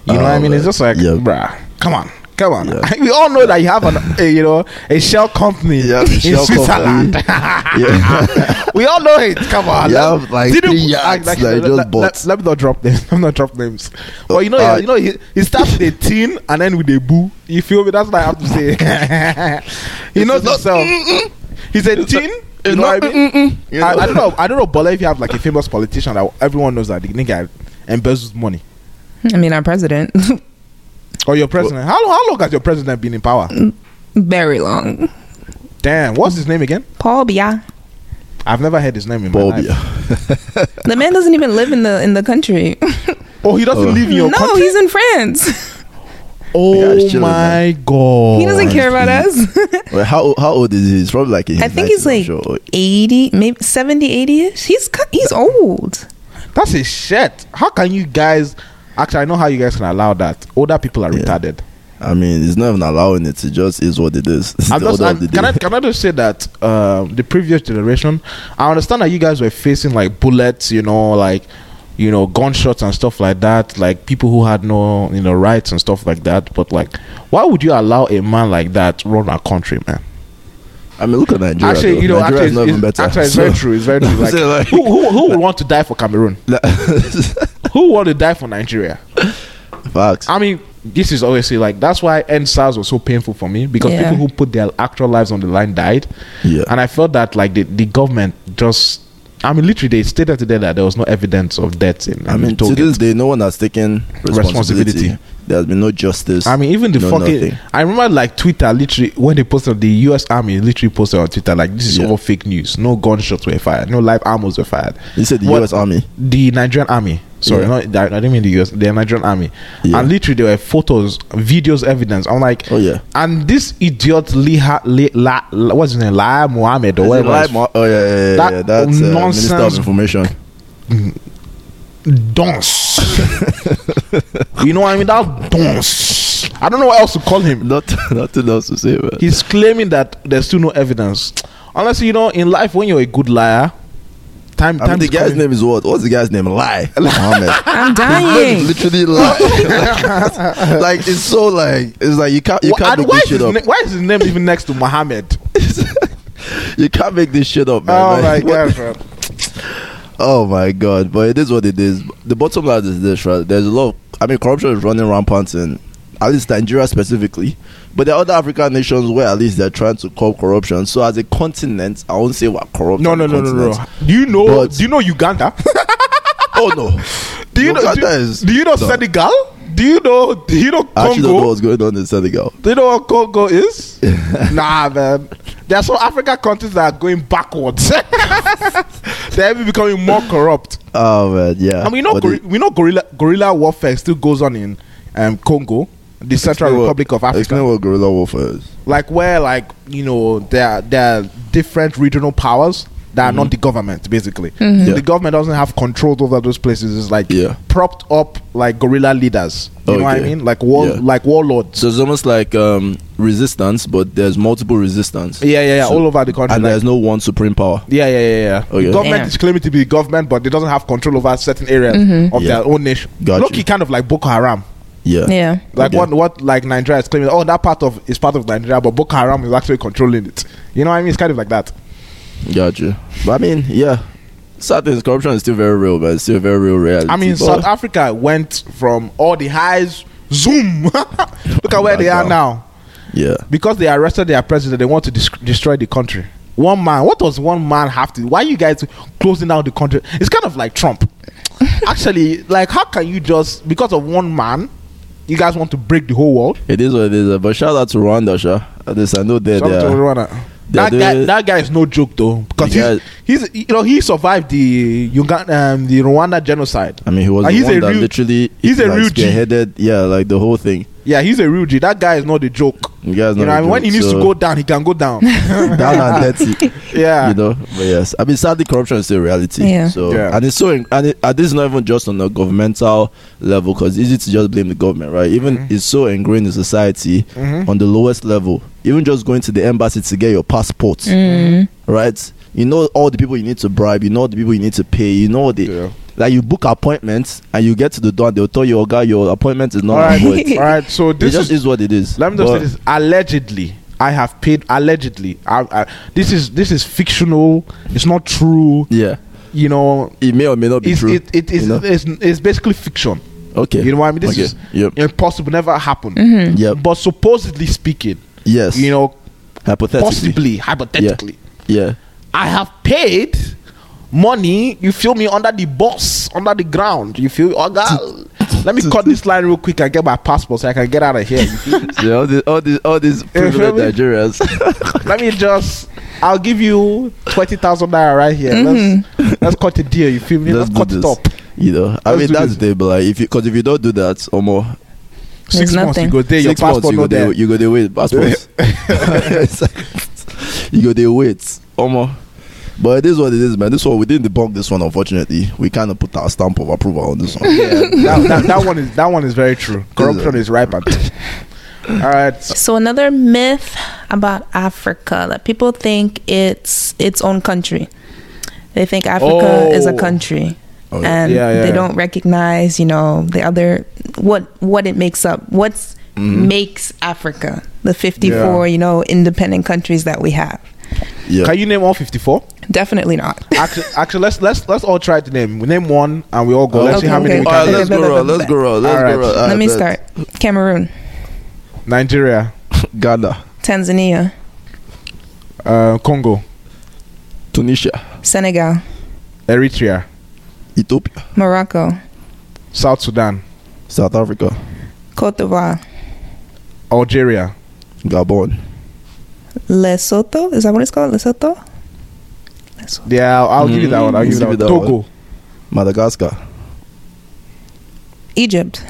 Speaker 5: you know what i
Speaker 2: Oh,
Speaker 5: mean it's
Speaker 2: man.
Speaker 5: just like
Speaker 2: Yeah.
Speaker 5: bruh come on come on
Speaker 2: Yeah.
Speaker 5: *laughs* we all know that you have an a, you know a shell company
Speaker 2: Yeah,
Speaker 5: in
Speaker 2: shell
Speaker 5: switzerland
Speaker 2: *laughs* yeah.
Speaker 5: *laughs* we all know it come on
Speaker 2: You
Speaker 5: let-
Speaker 2: have, like,
Speaker 5: didn't-
Speaker 2: three
Speaker 5: I-
Speaker 2: yachts
Speaker 5: like,
Speaker 2: that you
Speaker 5: let-
Speaker 2: just
Speaker 5: let-
Speaker 2: bought.
Speaker 5: let, let me not drop names *laughs* let me not drop names but you know
Speaker 2: Uh,
Speaker 5: you know he, he starts with a tin and then with a boo you feel me that's what i have to *laughs* say he knows himself he's a tin you know what i mean
Speaker 2: You
Speaker 5: I,
Speaker 2: know?
Speaker 5: I don't know. I don't know. But if you have like a famous politician that everyone knows that the nigga embezzles money,
Speaker 4: I mean, our president. *laughs*
Speaker 5: or your president, how how long has your president been in power?
Speaker 4: Mm. Very long.
Speaker 5: Damn, what's his name again?
Speaker 4: Paul Biya.
Speaker 5: I've never heard his name in my
Speaker 2: Bob,
Speaker 5: life.
Speaker 2: yeah.
Speaker 4: The man doesn't even live in the in the country.
Speaker 5: Oh, he doesn't
Speaker 2: Oh.
Speaker 5: live in *laughs*
Speaker 4: *laughs*
Speaker 5: your
Speaker 4: no,
Speaker 5: country.
Speaker 4: he's in France.
Speaker 5: oh
Speaker 2: Yeah, he's chilling,
Speaker 5: my god.
Speaker 4: he doesn't care about us. *laughs*
Speaker 2: Wait, how how old is he? He's probably like in
Speaker 4: I
Speaker 2: his
Speaker 4: think he's
Speaker 2: 90s, I'm
Speaker 4: like
Speaker 2: sure.
Speaker 4: 80, maybe 70, 80 ish. He's cu- he's old.
Speaker 5: That's a shit. How can you guys? Actually, I know how you guys can allow that. Older people are
Speaker 2: Yeah.
Speaker 5: retarded.
Speaker 2: I mean, it's not even allowing it. It just is what it is. *laughs* It's
Speaker 5: I'm
Speaker 2: the
Speaker 5: just,
Speaker 2: order
Speaker 5: I'm,
Speaker 2: of the
Speaker 5: can, I,
Speaker 2: day.
Speaker 5: can I just say that um, the previous generation, I understand that you guys were facing like bullets, you know, like you know gunshots and stuff like that, like people who had no you know rights and stuff like that. But like, why would you allow a man like that run our country, man?
Speaker 2: *laughs* I mean, look at Nigeria.
Speaker 5: actually,
Speaker 2: though.
Speaker 5: you know,
Speaker 2: Nigeria
Speaker 5: actually,
Speaker 2: is not
Speaker 5: it's,
Speaker 2: even
Speaker 5: it's-
Speaker 2: better.
Speaker 5: actually,
Speaker 2: *laughs*
Speaker 5: it's very true. It's very true. Like,
Speaker 2: So, like-
Speaker 5: who, who, who would want to die for Cameroon?
Speaker 2: true.
Speaker 5: Who want to die for Nigeria?
Speaker 2: *laughs* Facts.
Speaker 5: I mean, this is obviously like that's why NSARS was so painful for me because
Speaker 4: Yeah.
Speaker 5: people who put their actual lives on the line died.
Speaker 2: Yeah.
Speaker 5: And I felt that like the, the government just I mean literally they stated today that there was no evidence of deaths in
Speaker 2: I mean, to
Speaker 5: Togo.
Speaker 2: this day, no one has taken responsibility.
Speaker 5: Responsibility.
Speaker 2: There has been no justice.
Speaker 5: I mean, even the
Speaker 2: no
Speaker 5: fucking.
Speaker 2: nothing.
Speaker 5: I remember, like Twitter, literally when they posted the U.S. Army, literally posted on Twitter like, "This is
Speaker 2: Yeah.
Speaker 5: all fake news. No gunshots were fired. No live armors were fired."
Speaker 2: He said the
Speaker 5: What-
Speaker 2: U.S. Army.
Speaker 5: the Nigerian army. Sorry,
Speaker 2: Yeah.
Speaker 5: not I, I didn't mean the US. The Nigerian army,
Speaker 2: Yeah.
Speaker 5: and literally there were photos, videos, evidence. I'm like,
Speaker 2: Oh, yeah.
Speaker 5: And this idiot Liha, Li, La, La- what's his name, Lai Mohammed or
Speaker 2: Is it
Speaker 5: whatever,
Speaker 2: Lai
Speaker 5: his
Speaker 2: Mo- oh yeah, yeah, yeah, yeah,
Speaker 5: That
Speaker 2: yeah. That's uh, Minister
Speaker 5: nonsense-
Speaker 2: of Information.
Speaker 5: dunce. you know what I mean? That dunce. I don't know what else to call
Speaker 2: *laughs*
Speaker 5: him.
Speaker 2: Not, nothing else to say, man.
Speaker 5: He's claiming that there's still no evidence. Honestly, you know, in life when you're a good liar, time
Speaker 2: I mean,
Speaker 5: time
Speaker 2: the guy's name is what? What's the guy's name? *laughs* Lie. Mohammed.
Speaker 5: *laughs*
Speaker 4: I'm
Speaker 2: His name is
Speaker 4: dying.
Speaker 2: *laughs* literally lie. *laughs* like, like, it's so like it's like you can't you can't make
Speaker 5: why,
Speaker 2: this
Speaker 5: is
Speaker 2: shit
Speaker 5: his
Speaker 2: up.
Speaker 5: na- why is his name even next to Mohammed?
Speaker 2: *laughs* you can't make this shit up, man.
Speaker 5: Oh my
Speaker 2: Like, what-
Speaker 5: god, bro.
Speaker 2: Oh my god! But it is what it is. The bottom line is this, right? There's a lot. Of, I mean, corruption is running rampant in at least Nigeria specifically, but there are other African nations where at least they're trying to curb corruption. So as a continent, I won't say we're corrupt.
Speaker 5: No,
Speaker 2: on
Speaker 5: no,
Speaker 2: the
Speaker 5: no, no, no.
Speaker 2: continent.
Speaker 5: Do you know?
Speaker 2: But-
Speaker 5: do you know Uganda?
Speaker 2: Oh no.
Speaker 5: *laughs* do you know?
Speaker 2: Uganda
Speaker 5: Do,
Speaker 2: is-
Speaker 5: do you know
Speaker 2: no.
Speaker 5: Senegal? Do you know? Do you know
Speaker 2: I actually don't know
Speaker 5: Congo?
Speaker 2: what's going on in Senegal.
Speaker 5: Do you know what Congo is?
Speaker 2: *laughs*
Speaker 5: nah, man. There are some African countries that are going backwards. *laughs* They're even becoming more corrupt.
Speaker 2: Oh man, yeah.
Speaker 5: I mean, you know,
Speaker 2: But
Speaker 5: gor-
Speaker 2: it-
Speaker 5: we know gorilla guerrilla warfare still goes on in um, Congo, the Central
Speaker 2: explain what-
Speaker 5: Republic of Africa.
Speaker 2: Explain what guerrilla warfare is.
Speaker 5: like where like you know there are- there are different regional powers that are not the government basically
Speaker 2: Mm-hmm. Yeah.
Speaker 5: the government doesn't have control over those places it's like
Speaker 2: Yeah. Oh,
Speaker 5: propped up like guerrilla leaders you know what i
Speaker 2: Okay.
Speaker 5: mean like war
Speaker 2: Yeah.
Speaker 5: like warlords
Speaker 2: So it's almost like um, resistance, but there's multiple resistance,
Speaker 5: yeah yeah yeah
Speaker 2: So-
Speaker 5: all over the country
Speaker 2: and
Speaker 5: like-
Speaker 2: there's Oh, no one supreme power.
Speaker 5: yeah, yeah, yeah, yeah.
Speaker 2: Okay.
Speaker 5: The government
Speaker 4: Yeah.
Speaker 5: is claiming to be the government, but they doesn't have control over certain areas of
Speaker 2: Yeah.
Speaker 5: their own nation.
Speaker 2: Got you.
Speaker 5: Lucky, kind of like Boko Haram.
Speaker 2: Yeah.
Speaker 4: Yeah.
Speaker 5: Like
Speaker 2: Okay.
Speaker 5: what, what, like Nigeria is claiming. Oh, that part of is part of Nigeria, but Boko Haram is actually controlling it. You know what I mean? It's kind of like that.
Speaker 2: Gotcha. But I mean, yeah. Sad things, corruption is still very real, but it's still a very real reality.
Speaker 5: I mean,
Speaker 2: but
Speaker 5: South Africa went from all the highs, zoom. *laughs* Look at where they
Speaker 2: Back down.
Speaker 5: are now.
Speaker 2: Yeah.
Speaker 5: Because they arrested their president, they want to dis- destroy the country. One man, what does one man have to? Why you guys closing down the country? It's kind of
Speaker 2: *laughs*
Speaker 5: like Trump. Actually, like, how can you just, because of one man, you guys want to break the whole world?
Speaker 2: It is what it is. uh, But shout out to Rwanda, Sha. At least I know uh, they're
Speaker 5: Shout out to
Speaker 2: there.
Speaker 5: Rwanda.
Speaker 2: They're
Speaker 5: That guy,
Speaker 2: doing-
Speaker 5: that guy is no joke though, because
Speaker 2: The guy-
Speaker 5: he's, he's, you know, he survived the Uganda, um, the Rwanda genocide.
Speaker 2: I mean, he was
Speaker 5: And
Speaker 2: the
Speaker 5: Uh, he's
Speaker 2: one
Speaker 5: a
Speaker 2: that
Speaker 5: real-
Speaker 2: literally
Speaker 5: he's a
Speaker 2: like,
Speaker 5: real G.
Speaker 2: spearheaded, yeah, like the whole thing.
Speaker 5: Yeah, he's a real G. That guy is not a joke.
Speaker 2: You guys
Speaker 5: You
Speaker 2: know
Speaker 5: know, what I mean?
Speaker 2: the
Speaker 5: when he
Speaker 2: joke,
Speaker 5: needs
Speaker 2: so- *laughs*
Speaker 5: to go down, he can go down.
Speaker 2: down and
Speaker 5: *laughs*
Speaker 2: dirty.
Speaker 5: yeah.
Speaker 2: You know, but yes, I mean, sadly, corruption is still a reality.
Speaker 4: Yeah.
Speaker 2: So,
Speaker 5: Yeah.
Speaker 2: and it's so, in- and, it, and this is not even just on a governmental level because it's easy to just blame the government, right? Even
Speaker 5: Mm-hmm.
Speaker 2: it's so ingrained in society on the lowest level. Even just going to the embassy to get your passport,
Speaker 5: Mm-hmm.
Speaker 2: right? You know all the people you need to bribe. You know the people you need to pay. You know the
Speaker 5: Yeah.
Speaker 2: like you book appointments and you get to the door and they'll tell you, "Oh, guy, your appointment is not
Speaker 5: All right.
Speaker 2: on board."
Speaker 5: All right. So
Speaker 2: It
Speaker 5: this
Speaker 2: just
Speaker 5: is,
Speaker 2: is what it is.
Speaker 5: let me just say
Speaker 2: But-
Speaker 5: this. Allegedly, I have paid. Allegedly, I, I, this is this is fictional. It's not true.
Speaker 2: Yeah,
Speaker 5: You know,
Speaker 2: it may or may not be
Speaker 5: it's
Speaker 2: true.
Speaker 5: it, it is
Speaker 2: you know?
Speaker 5: it's, it's basically fiction.
Speaker 2: okay.
Speaker 5: You know what I mean? This
Speaker 2: Okay.
Speaker 5: is
Speaker 2: yep.
Speaker 5: impossible. Never happened.
Speaker 2: Yep.
Speaker 5: But supposedly speaking,
Speaker 2: Yes.
Speaker 5: you know,
Speaker 2: hypothetically.
Speaker 5: possibly hypothetically,
Speaker 2: *laughs* Yeah.
Speaker 5: I have paid money, you feel me, under the bus, under the ground. You feel oh God, let me cut this line real quick and get my passport so I can get out of here. you feel?
Speaker 2: So all these, all these, all these
Speaker 5: feel
Speaker 2: privileged
Speaker 5: me?
Speaker 2: Nigerians.
Speaker 5: let me just I'll give you twenty thousand naira right here. Let's let's cut the deal, *laughs* you feel me? Let's,
Speaker 2: do
Speaker 5: cut
Speaker 2: this.
Speaker 5: it up.
Speaker 2: You know, I
Speaker 5: Let's
Speaker 2: mean
Speaker 5: do
Speaker 2: that's
Speaker 5: this.
Speaker 2: the thing, but like if you, because if you don't do that, or more,
Speaker 4: There's
Speaker 5: months you
Speaker 4: nothing.
Speaker 5: go there, your
Speaker 2: six months
Speaker 5: passport
Speaker 2: you go
Speaker 5: not
Speaker 2: there,
Speaker 5: there.
Speaker 2: you go there with
Speaker 5: *laughs*
Speaker 2: passports. *laughs* It's like- you go there wait, or more. But it is what it is, man. This one we didn't debunk this one. Unfortunately, we kind of put our stamp of approval on this one.
Speaker 5: *laughs* Yeah, that, that, that one is that one is very true. Corruption is rampant. All
Speaker 4: *laughs*
Speaker 5: right.
Speaker 4: So another myth about Africa that people think it's its own country. They think Africa is a
Speaker 5: Oh.
Speaker 4: country.
Speaker 2: Oh, yeah.
Speaker 4: and
Speaker 5: Yeah,
Speaker 4: they
Speaker 5: yeah.
Speaker 4: don't recognize, you know, the other what what it makes up. What's makes Africa the 54, you know, independent countries that we have.
Speaker 2: Yeah.
Speaker 5: Can you name all 54?
Speaker 4: Definitely not.
Speaker 5: Actually, actually, let's let's let's all try to name. We name one, and we all go. let's
Speaker 4: Okay,
Speaker 5: see how many
Speaker 4: okay.
Speaker 5: we
Speaker 2: All right,
Speaker 5: can.
Speaker 2: let's
Speaker 5: name.
Speaker 2: go round. Let's go round. Let's
Speaker 5: All right.
Speaker 2: go round.
Speaker 4: Let
Speaker 2: All right,
Speaker 4: me
Speaker 2: bet.
Speaker 4: start. Cameroon,
Speaker 5: Nigeria,
Speaker 2: Ghana,
Speaker 4: Tanzania,
Speaker 5: uh, Congo,
Speaker 2: Tunisia,
Speaker 4: Senegal,
Speaker 5: Eritrea,
Speaker 2: Ethiopia,
Speaker 4: Morocco,
Speaker 5: South Sudan,
Speaker 2: South Africa,
Speaker 4: Cote d'Ivoire,
Speaker 5: Algeria,
Speaker 2: Gabon.
Speaker 4: Lesotho, is that what it's called? Lesotho? Lesotho.
Speaker 5: Yeah, I'll, I'll give you that one. I'll give you that,
Speaker 2: Mm,
Speaker 5: one.
Speaker 2: give
Speaker 5: Togo,
Speaker 2: you Madagascar,
Speaker 4: Egypt,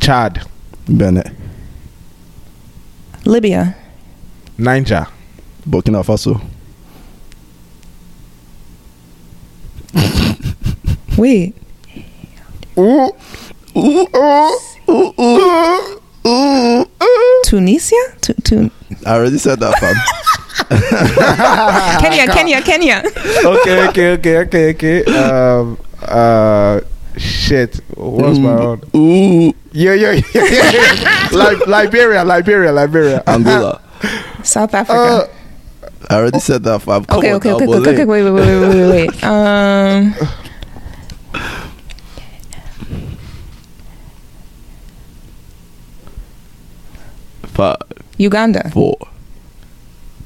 Speaker 5: Chad,
Speaker 2: Benin,
Speaker 4: Libya,
Speaker 5: Niger,
Speaker 2: Burkina Faso,
Speaker 4: wait, Tunisia? Tu- tu-
Speaker 2: I already said that,
Speaker 4: *laughs*
Speaker 2: fam.
Speaker 5: Ah,
Speaker 4: Kenya, Kenya,
Speaker 5: *laughs*
Speaker 4: Kenya.
Speaker 5: okay, okay, okay, okay, okay. Um, uh, shit. What's my own?
Speaker 2: Ooh,
Speaker 5: Yeah, yeah, yeah. *laughs* yeah. Li- Liberia, Liberia, *laughs* Liberia.
Speaker 2: Angola.
Speaker 4: South
Speaker 5: Uh,
Speaker 4: Africa.
Speaker 2: I already said that, fam. Come
Speaker 4: okay,
Speaker 2: on
Speaker 4: okay,
Speaker 2: now,
Speaker 4: okay, okay,
Speaker 2: Bole.
Speaker 4: okay, wait, wait, wait, wait,
Speaker 5: *laughs*
Speaker 4: wait, wait. Um,
Speaker 2: Five,
Speaker 4: Uganda.
Speaker 2: four.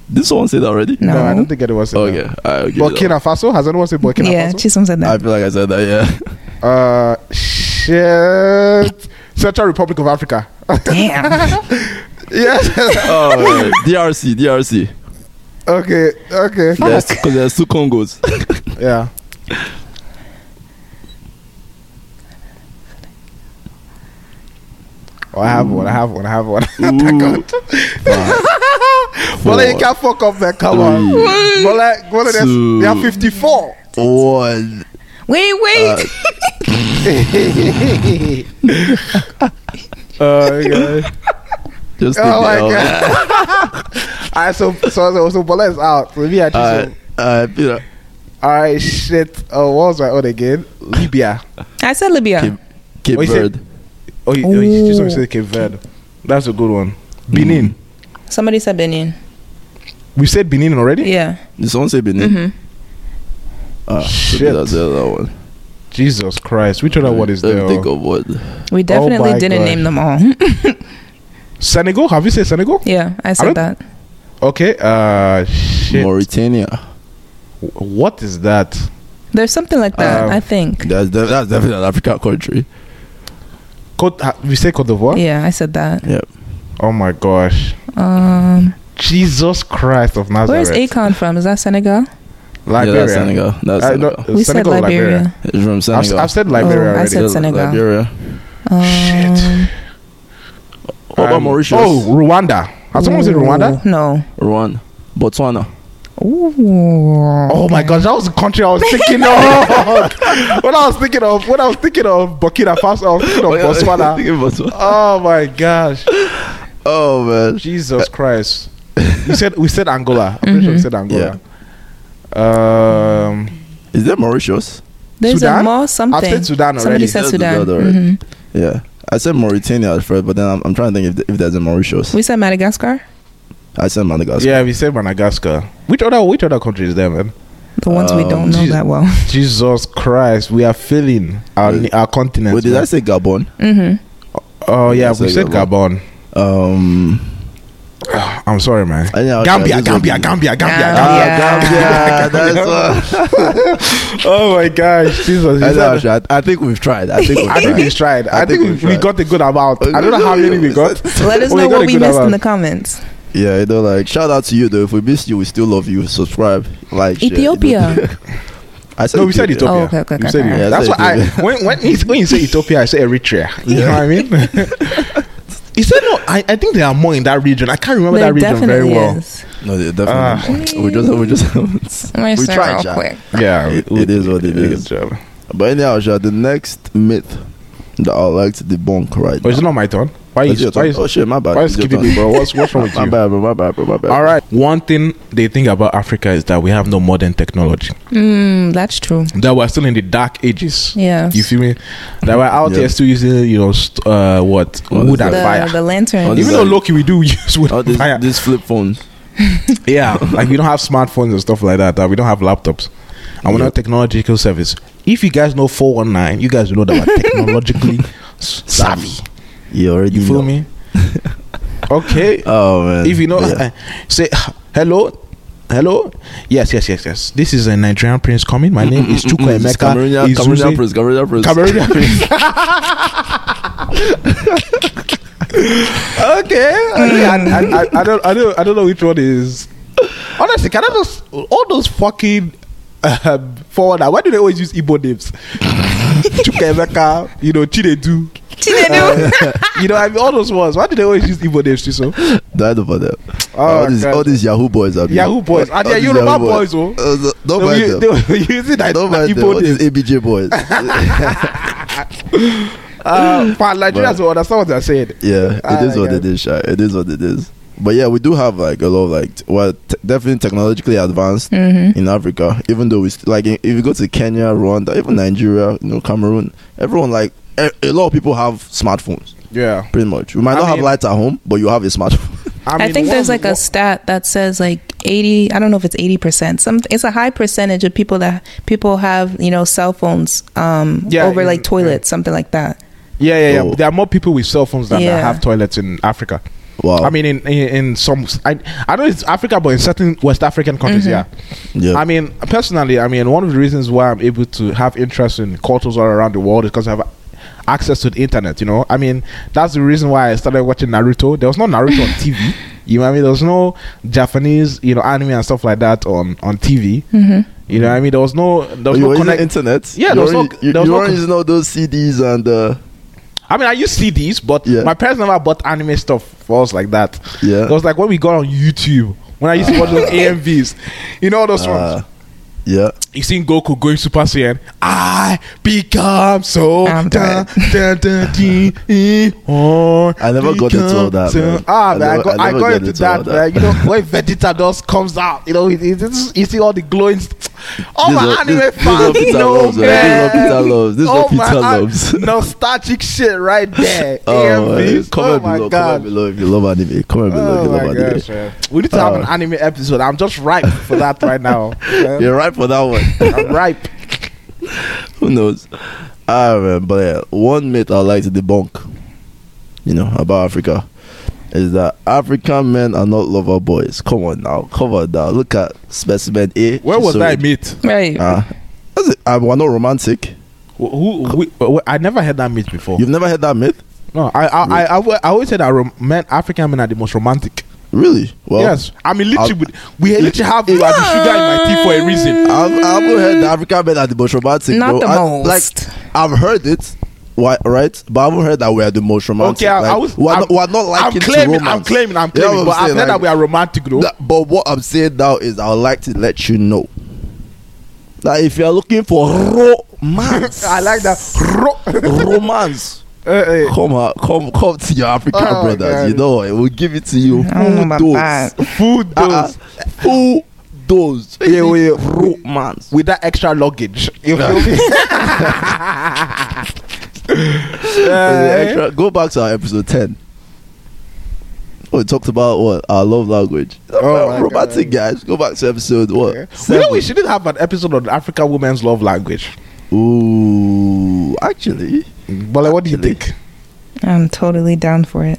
Speaker 2: This one said already.
Speaker 4: No.
Speaker 5: no, I don't think anyone said
Speaker 2: Okay,
Speaker 5: that.
Speaker 2: I'll give you that
Speaker 5: Burkina Faso? Has anyone said Burkina
Speaker 4: yeah,
Speaker 5: Faso?
Speaker 4: Chisholm said
Speaker 2: one. I
Speaker 4: that.
Speaker 2: feel like I said that.
Speaker 4: *laughs*
Speaker 2: Yeah.
Speaker 5: Uh, shit. Central Republic of Africa.
Speaker 4: Damn.
Speaker 5: *laughs* yes.
Speaker 2: Oh, right. DRC, DRC.
Speaker 5: *laughs* okay, okay.
Speaker 2: There's because there's
Speaker 4: *laughs*
Speaker 2: two Congos.
Speaker 5: Yeah. Oh, I have one. I have one. I have one. *laughs* Thank
Speaker 2: Ooh.
Speaker 5: God. Bola, you *laughs*
Speaker 2: four,
Speaker 5: can't fuck up, man. Come on. Bola, Bola, there's-
Speaker 2: two,
Speaker 5: there
Speaker 2: *laughs*
Speaker 5: are 54.
Speaker 2: One.
Speaker 4: wait,
Speaker 5: Uh,
Speaker 4: wait.
Speaker 5: Oh, God.
Speaker 2: Just
Speaker 5: Oh, my
Speaker 2: take it out.
Speaker 5: God. *laughs* All right, so, so, so, so Bola is out. So, me, I just.
Speaker 2: Uh, uh, you know,
Speaker 5: all right, shit. Oh, what was my own again? Libya.
Speaker 4: *laughs* I said Libya.
Speaker 2: Cape
Speaker 5: What you say?
Speaker 2: Verde.
Speaker 5: Oh, you, oh, you just said Cape Verde. That's a good one.
Speaker 4: Hmm.
Speaker 5: Benin.
Speaker 4: Somebody said Benin.
Speaker 5: We said Benin already?
Speaker 4: Yeah. Mm-hmm.
Speaker 2: This one say
Speaker 5: Mm.
Speaker 2: Benin. Ah, so
Speaker 5: Shit.
Speaker 2: that's the other one.
Speaker 5: Jesus Christ. Which other one is
Speaker 2: Let me
Speaker 5: there?
Speaker 2: think of what.
Speaker 4: We definitely
Speaker 5: Oh my
Speaker 4: didn't
Speaker 5: God.
Speaker 4: name them all. *laughs*
Speaker 5: Senegal? Have you said Senegal?
Speaker 4: yeah, I
Speaker 5: I
Speaker 4: said
Speaker 5: don't-
Speaker 4: that.
Speaker 5: Okay. Uh, shit.
Speaker 2: Mauritania.
Speaker 5: what is that?
Speaker 4: There's something like that,
Speaker 5: Um,
Speaker 4: I think.
Speaker 2: That's de- that's definitely an African country.
Speaker 5: Cote, ha- we say Cote d'Ivoire?
Speaker 4: Yeah, I said that.
Speaker 2: Yep.
Speaker 5: Oh my gosh.
Speaker 4: Um,
Speaker 5: Jesus Christ of Nazareth.
Speaker 4: where's Akon from? Is that Senegal?
Speaker 5: Liberia.
Speaker 2: Yeah, that's Senegal. That's
Speaker 5: I
Speaker 2: Senegal.
Speaker 5: don't-
Speaker 4: We
Speaker 5: Senegal,
Speaker 4: said Liberia.
Speaker 5: Liberia.
Speaker 2: It's from
Speaker 5: I've,
Speaker 2: Senegal.
Speaker 5: I've said Liberia
Speaker 4: Oh, I
Speaker 5: already.
Speaker 4: said
Speaker 2: Li-
Speaker 4: Senegal.
Speaker 2: Liberia.
Speaker 4: Um,
Speaker 5: Shit.
Speaker 2: What about
Speaker 5: Um,
Speaker 2: Mauritius?
Speaker 5: Oh, Rwanda. Has someone said Rwanda?
Speaker 4: Ooh, No.
Speaker 2: Rwanda. Botswana.
Speaker 4: Ooh.
Speaker 5: Oh my gosh, that was the country I was
Speaker 2: *laughs*
Speaker 5: thinking of. when I was thinking of, when I was thinking of Burkina Faso, I was thinking of
Speaker 2: *laughs*
Speaker 5: Botswana.
Speaker 2: Botswana.
Speaker 5: Oh my gosh,
Speaker 2: Oh man.
Speaker 5: Jesus Christ! We said we said Angola. I'm pretty sure we said Angola. Um,
Speaker 2: Is there Mauritius?
Speaker 4: There's
Speaker 5: Sudan?
Speaker 4: a more something.
Speaker 5: I've said Sudan already.
Speaker 4: Somebody
Speaker 5: Mm-hmm.
Speaker 4: said
Speaker 2: That's the
Speaker 4: Sudan.
Speaker 2: other, right?
Speaker 4: Mhm.
Speaker 2: Yeah. I said Mauritania at first, but then I'm, I'm trying to think if, th- if there's a Mauritius.
Speaker 4: We said Madagascar,
Speaker 2: I said Madagascar.
Speaker 5: yeah, we said Madagascar. Which other which other country is there, man?
Speaker 4: the ones we don't know
Speaker 5: Oh, Jesus.
Speaker 4: that well.
Speaker 5: Jesus Christ, we are failing our
Speaker 2: Wait.
Speaker 5: our continent.
Speaker 2: Wait, did
Speaker 5: man.
Speaker 2: I say Gabon?
Speaker 5: *laughs*
Speaker 4: Mm-hmm.
Speaker 5: oh yeah,
Speaker 2: Did I
Speaker 5: we
Speaker 2: say
Speaker 5: said Gabon. *sighs*
Speaker 2: Um,
Speaker 5: I'm sorry, man.
Speaker 2: I think I'll-
Speaker 5: Gambia,
Speaker 2: this will
Speaker 5: Gambia,
Speaker 2: be-
Speaker 5: Gambia, Gambia,
Speaker 4: Ah,
Speaker 2: Ah,
Speaker 5: Gambia.
Speaker 4: Yeah.
Speaker 5: *laughs*
Speaker 2: Gambia. That's what.
Speaker 5: Oh my gosh, Jesus!
Speaker 2: I,
Speaker 5: Is that-
Speaker 2: know, I, I think we've tried. I think we've
Speaker 5: *laughs* I
Speaker 2: tried.
Speaker 5: think we tried. I,
Speaker 2: I
Speaker 5: think,
Speaker 2: think
Speaker 5: we,
Speaker 2: we
Speaker 5: we got a good amount. I don't know how many
Speaker 2: *laughs*
Speaker 5: we got.
Speaker 4: Let us
Speaker 5: We
Speaker 4: know
Speaker 5: got a
Speaker 4: what we
Speaker 5: good
Speaker 4: missed in
Speaker 5: amount.
Speaker 4: the comments.
Speaker 2: yeah, you know, like shout out to you though. If we missed you, we still love you. Subscribe, like share, you know.
Speaker 4: Ethiopia.
Speaker 2: *laughs* I said
Speaker 5: No, we said
Speaker 2: Ethiopia.
Speaker 4: Oh,
Speaker 5: Ethiopia.
Speaker 4: okay, okay,
Speaker 5: we
Speaker 4: okay,
Speaker 5: said
Speaker 4: okay.
Speaker 5: Ethiopia.
Speaker 2: Yeah,
Speaker 5: That's
Speaker 2: I
Speaker 5: why
Speaker 2: said
Speaker 5: I *laughs* when when you, when you say Ethiopia, I say
Speaker 2: *laughs*
Speaker 5: Eritrea. You know what I mean?
Speaker 4: *laughs*
Speaker 5: you said no. I, I think there are more in that region. I can't remember
Speaker 4: there
Speaker 5: that region very
Speaker 4: definitely
Speaker 5: well.
Speaker 4: is.
Speaker 2: No, they definitely. we just, we just. *laughs*
Speaker 4: I'm gonna
Speaker 2: We
Speaker 4: search
Speaker 2: tried,
Speaker 4: real
Speaker 2: Jack.
Speaker 4: quick.
Speaker 5: Yeah,
Speaker 2: It- it is what it
Speaker 5: good
Speaker 2: is.
Speaker 5: job.
Speaker 2: but anyhow, Sha, the next myth that I would like to debunk right
Speaker 5: Oh, is it
Speaker 2: now.
Speaker 5: not my turn? Why
Speaker 2: It's
Speaker 5: you?
Speaker 2: your
Speaker 5: Why
Speaker 2: turn.
Speaker 5: is,
Speaker 2: oh shit, my bad.
Speaker 5: why
Speaker 2: It's
Speaker 5: is
Speaker 2: your
Speaker 5: keeping
Speaker 2: turn.
Speaker 5: me, bro? What's
Speaker 2: *laughs*
Speaker 5: what's wrong with
Speaker 2: my
Speaker 5: you?
Speaker 2: bad, bro, my bad, bro, my bad.
Speaker 5: All right. One thing they think about Africa is that we have no modern technology.
Speaker 4: Mm, that's true.
Speaker 5: That we're still in the dark ages.
Speaker 4: Yeah.
Speaker 5: You feel me? That we're out
Speaker 2: Yeah.
Speaker 5: there still using, you know, st- uh, what
Speaker 2: What
Speaker 5: wood
Speaker 2: is
Speaker 5: and
Speaker 2: that?
Speaker 5: fire.
Speaker 4: the, the lantern.
Speaker 2: Oh, this
Speaker 5: Even
Speaker 2: is
Speaker 5: though
Speaker 2: like-
Speaker 5: Loki, we do *laughs* use wood
Speaker 2: Oh,
Speaker 5: and
Speaker 2: this,
Speaker 5: fire.
Speaker 2: this flip phone.
Speaker 5: *laughs* Yeah, like we don't have smartphones and stuff like that. That we don't have laptops, and we're not technological service. If you guys know four one nine, you guys will
Speaker 2: *laughs*
Speaker 5: know that we're technologically s- savvy.
Speaker 2: You already
Speaker 5: You
Speaker 2: know.
Speaker 5: feel
Speaker 2: *laughs*
Speaker 5: me? Okay.
Speaker 2: Oh man.
Speaker 5: if you know,
Speaker 2: Yeah.
Speaker 5: uh, say hello. Hello, yes, yes, yes, yes. This is a Nigerian prince coming. My name is Chukwu
Speaker 2: It's
Speaker 5: Emeka.
Speaker 2: Cameroonian,
Speaker 5: Izuzi-
Speaker 2: Cameroonian prince, Cameroonian prince. *laughs*
Speaker 5: Cameroonian prince. okay, okay. I, I, I, I don't, I don't, I don't know which one is. Honestly, can I just all those fucking um, forward? Why do they always use Igbo names? *laughs* Chukemeka, you know, Chinedu.
Speaker 4: *laughs*
Speaker 5: *laughs*
Speaker 4: Chinedu.
Speaker 5: you know, I mean, all those ones. Why do they always use Igbo names too? So
Speaker 2: That about that.
Speaker 5: Oh,
Speaker 2: all, these,
Speaker 5: God.
Speaker 2: all these Yahoo boys are
Speaker 5: Yahoo boys. And they're Yoruba boys, oh.
Speaker 2: Uh, Don't
Speaker 5: they, were,
Speaker 2: mind
Speaker 5: they
Speaker 2: them.
Speaker 5: were using that
Speaker 2: Don't mind them.
Speaker 5: Igbo
Speaker 2: All
Speaker 5: names.
Speaker 2: these ABJ boys. *laughs*
Speaker 5: Uh, but Nigerians
Speaker 2: But-
Speaker 5: will understand what they're saying.
Speaker 2: Yeah,
Speaker 5: Ah,
Speaker 2: it is what
Speaker 5: okay.
Speaker 2: it is. Sha. It is what it is. But yeah, we do have like a lot of like t- well, t- definitely technologically advanced in Africa. Even though we st- like i- if you go to Kenya, Rwanda, even Nigeria, you know, Cameroon, everyone like a, a lot of people have smartphones.
Speaker 5: Yeah,
Speaker 2: Pretty much, we might
Speaker 5: I
Speaker 2: not have
Speaker 5: mean-
Speaker 2: lights at home, but you have a smartphone.
Speaker 4: I
Speaker 2: *laughs*
Speaker 5: mean,
Speaker 4: think there's
Speaker 5: one-
Speaker 4: like a stat that says like 80, I don't know if it's 80%. Some it's a high percentage of people that people have, you know, cell phones um
Speaker 5: Yeah,
Speaker 4: over
Speaker 5: in-
Speaker 4: like toilets, something like that.
Speaker 5: Yeah, yeah, yeah.
Speaker 2: Oh.
Speaker 5: There are more people with cell phones than that
Speaker 4: Yeah.
Speaker 5: have toilets in Africa.
Speaker 2: Wow.
Speaker 5: I mean, in, in, in some, I, I know it's Africa, but in certain West African countries, yeah.
Speaker 2: Yeah.
Speaker 5: I mean, personally, I mean, one of the reasons why I'm able to have interest in cultures all around the world is because I have access to the internet, you know? I mean, that's the reason why I started watching Naruto. There was no Naruto on TV. You know what I mean? There was no Japanese, you know, anime and stuff like that on, on TV. You know what I mean? There was no, there was
Speaker 2: you
Speaker 5: no
Speaker 2: were using
Speaker 5: connect-
Speaker 2: internet.
Speaker 5: Yeah,
Speaker 2: you
Speaker 5: there was
Speaker 2: were,
Speaker 5: no-
Speaker 2: you,
Speaker 5: there was
Speaker 2: you
Speaker 5: no
Speaker 2: weren't
Speaker 5: con-
Speaker 2: using all those CDs and uh,
Speaker 5: I mean, I used CDs, but
Speaker 2: Yeah.
Speaker 5: my parents never bought anime stuff for us like that.
Speaker 2: Yeah.
Speaker 5: It was like when we got on YouTube, when I used to watch those AMVs, you know, all those
Speaker 2: uh,
Speaker 5: ones.
Speaker 2: yeah.
Speaker 5: You seen Goku going Super Saiyan. I become so.
Speaker 4: I'm
Speaker 5: dun,
Speaker 4: dead.
Speaker 5: dun, dun, dee, eh, oh,
Speaker 2: I never got into all
Speaker 5: become
Speaker 2: that,
Speaker 5: so-
Speaker 2: man.
Speaker 5: Ah,
Speaker 2: I
Speaker 5: man, I,
Speaker 2: never-
Speaker 5: got,
Speaker 2: I
Speaker 5: I,
Speaker 2: never
Speaker 5: got
Speaker 2: got
Speaker 5: into
Speaker 2: into all
Speaker 5: that,
Speaker 2: that.
Speaker 5: man. You
Speaker 2: *laughs*
Speaker 5: know, when Vegetados comes out, you know, it, it, it's- you see all the glowing. st- all
Speaker 2: These
Speaker 5: my
Speaker 2: are-
Speaker 5: anime
Speaker 2: these- these are
Speaker 5: fans
Speaker 2: Peter
Speaker 5: know,
Speaker 2: Loves, man. These are Peter
Speaker 5: man.
Speaker 2: Loves. These are
Speaker 5: All
Speaker 2: Peter
Speaker 5: my an-
Speaker 2: Loves. *laughs*
Speaker 5: Nostalgic shit right there.
Speaker 2: Oh, man.
Speaker 5: AMVs.
Speaker 2: Come
Speaker 5: Oh,
Speaker 2: and
Speaker 5: my
Speaker 2: below. Come
Speaker 5: God.
Speaker 2: and below if you love anime. Come and below if
Speaker 5: Oh
Speaker 2: you
Speaker 5: my
Speaker 2: love anime.
Speaker 5: gosh, man. We need to have
Speaker 2: Uh,
Speaker 5: an anime episode. I'm just ripe for that right now.
Speaker 2: *laughs*
Speaker 5: man.
Speaker 2: You're right for that
Speaker 5: *laughs*
Speaker 2: one. *laughs*
Speaker 5: I'm ripe.
Speaker 2: Who knows? Ah, man. But yeah, one myth I like to debunk, you know, about Africa is that African men are not lover boys. Come on now. Come on now. Look at specimen A.
Speaker 5: Where
Speaker 2: She's
Speaker 5: was
Speaker 2: so rich.
Speaker 5: that meet?
Speaker 4: Right.
Speaker 2: Ah. That's it. Ah, we're not romantic.
Speaker 5: Who, who, we- wh- I never heard that meet before.
Speaker 2: You've never heard that myth?
Speaker 5: no, I I, I, I, wa- I always said that rom- men, African men are the most romantic.
Speaker 2: Really? Well,
Speaker 5: yes, I mean literally,
Speaker 2: I'll-
Speaker 5: we- we literally have you as the sugar in my tea for a reason.
Speaker 2: I've, I've heard the African men are the most romantic.
Speaker 4: Mm. Not
Speaker 2: bro.
Speaker 4: the
Speaker 2: I-
Speaker 4: most.
Speaker 2: Like, I've heard it. Why, right? But I've not heard that we are the most romantic.
Speaker 5: Okay, I,
Speaker 2: like,
Speaker 5: I was.
Speaker 2: we're,
Speaker 5: I'm-
Speaker 2: not, we're not liking
Speaker 5: I'm
Speaker 2: to
Speaker 5: claiming, I'm
Speaker 2: romance.
Speaker 5: claiming, I'm
Speaker 2: You know what
Speaker 5: claiming, but I've
Speaker 2: saying? Like,
Speaker 5: heard that we are romantic, though.
Speaker 2: that- but what I'm saying now is I would like to let you know that if you're looking for romance,
Speaker 5: *laughs* *laughs* I like that. *laughs*
Speaker 2: romance.
Speaker 5: Uh, uh,
Speaker 2: Come out, come, come to your African
Speaker 5: Oh,
Speaker 2: brothers.
Speaker 5: God.
Speaker 2: You know, it will give it to you.
Speaker 4: I don't know about
Speaker 2: Full
Speaker 4: that.
Speaker 2: dose.
Speaker 5: eh, food
Speaker 2: Uh-uh.
Speaker 5: those
Speaker 2: Full dose.
Speaker 5: Yeah, we-
Speaker 2: romance.
Speaker 5: with that extra luggage. You
Speaker 2: *laughs*
Speaker 5: feel me? *laughs* Uh,
Speaker 2: Extra- go back to our episode 10. Oh, we talked about what? Our love language.
Speaker 5: Oh my
Speaker 2: romantic guys. Go back to episode what?
Speaker 5: Okay. You know,
Speaker 2: Seven.
Speaker 5: we shouldn't have an episode on African women's love language.
Speaker 2: Ooh, actually.
Speaker 5: But like, what do you
Speaker 2: Actually.
Speaker 5: think?
Speaker 4: I'm totally down for it.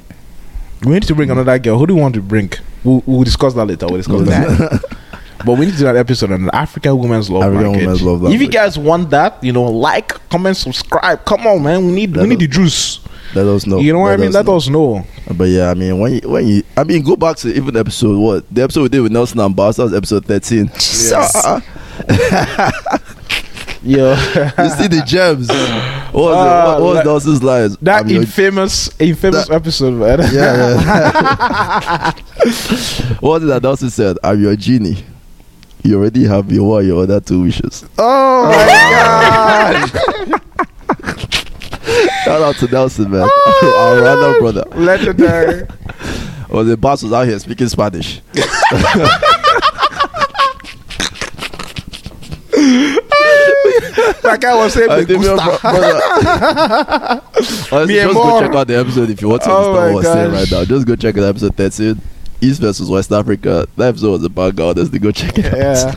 Speaker 5: We need to bring another girl. Who do you want to bring? We'll, we'll discuss that later. We'll discuss that. later. *laughs* but we need to do an episode on African women's love
Speaker 2: African
Speaker 5: language.
Speaker 2: women's love
Speaker 5: If you
Speaker 2: language.
Speaker 5: guys want that, you know, like, comment, subscribe. Come on, man. We need
Speaker 2: Let
Speaker 5: we need
Speaker 2: us-
Speaker 5: the juice.
Speaker 2: Let us know.
Speaker 5: you know what I mean? Let
Speaker 2: know.
Speaker 5: us know.
Speaker 2: But yeah, I mean, when you, when you, I mean, go back to even episode what? The episode we did with Nelson and Bass, that was episode 13.
Speaker 5: *laughs*
Speaker 2: Uh-uh.
Speaker 5: Yeah.
Speaker 2: you see the gems. What was,
Speaker 5: Ah,
Speaker 2: it? What, what was
Speaker 5: like-
Speaker 2: Nelson's lines?
Speaker 5: that
Speaker 2: I'm your-
Speaker 5: infamous infamous episode, man.
Speaker 2: yeah.
Speaker 5: *laughs*
Speaker 2: yeah. *laughs* what did that Nelson said? I'm your genie. You already have your one, your Oh, other two wishes.
Speaker 5: Oh my god.
Speaker 2: Shout out to Nelson, man. *laughs* Our
Speaker 5: Oh,
Speaker 2: random brother.
Speaker 5: Legendary.
Speaker 2: Well, the boss was out here speaking Spanish.
Speaker 5: that guy was saying,
Speaker 2: I
Speaker 5: "Me
Speaker 2: think your
Speaker 5: gusta."
Speaker 2: bro- brother-
Speaker 5: *laughs*
Speaker 2: Honestly,
Speaker 5: Me
Speaker 2: just
Speaker 5: more.
Speaker 2: go check out the episode if you want to
Speaker 5: Oh
Speaker 2: understand
Speaker 5: my
Speaker 2: what I'm saying
Speaker 5: gosh.
Speaker 2: right now. Just go check out episode 13. East versus West Africa. That episode was about God. Let's go check it out.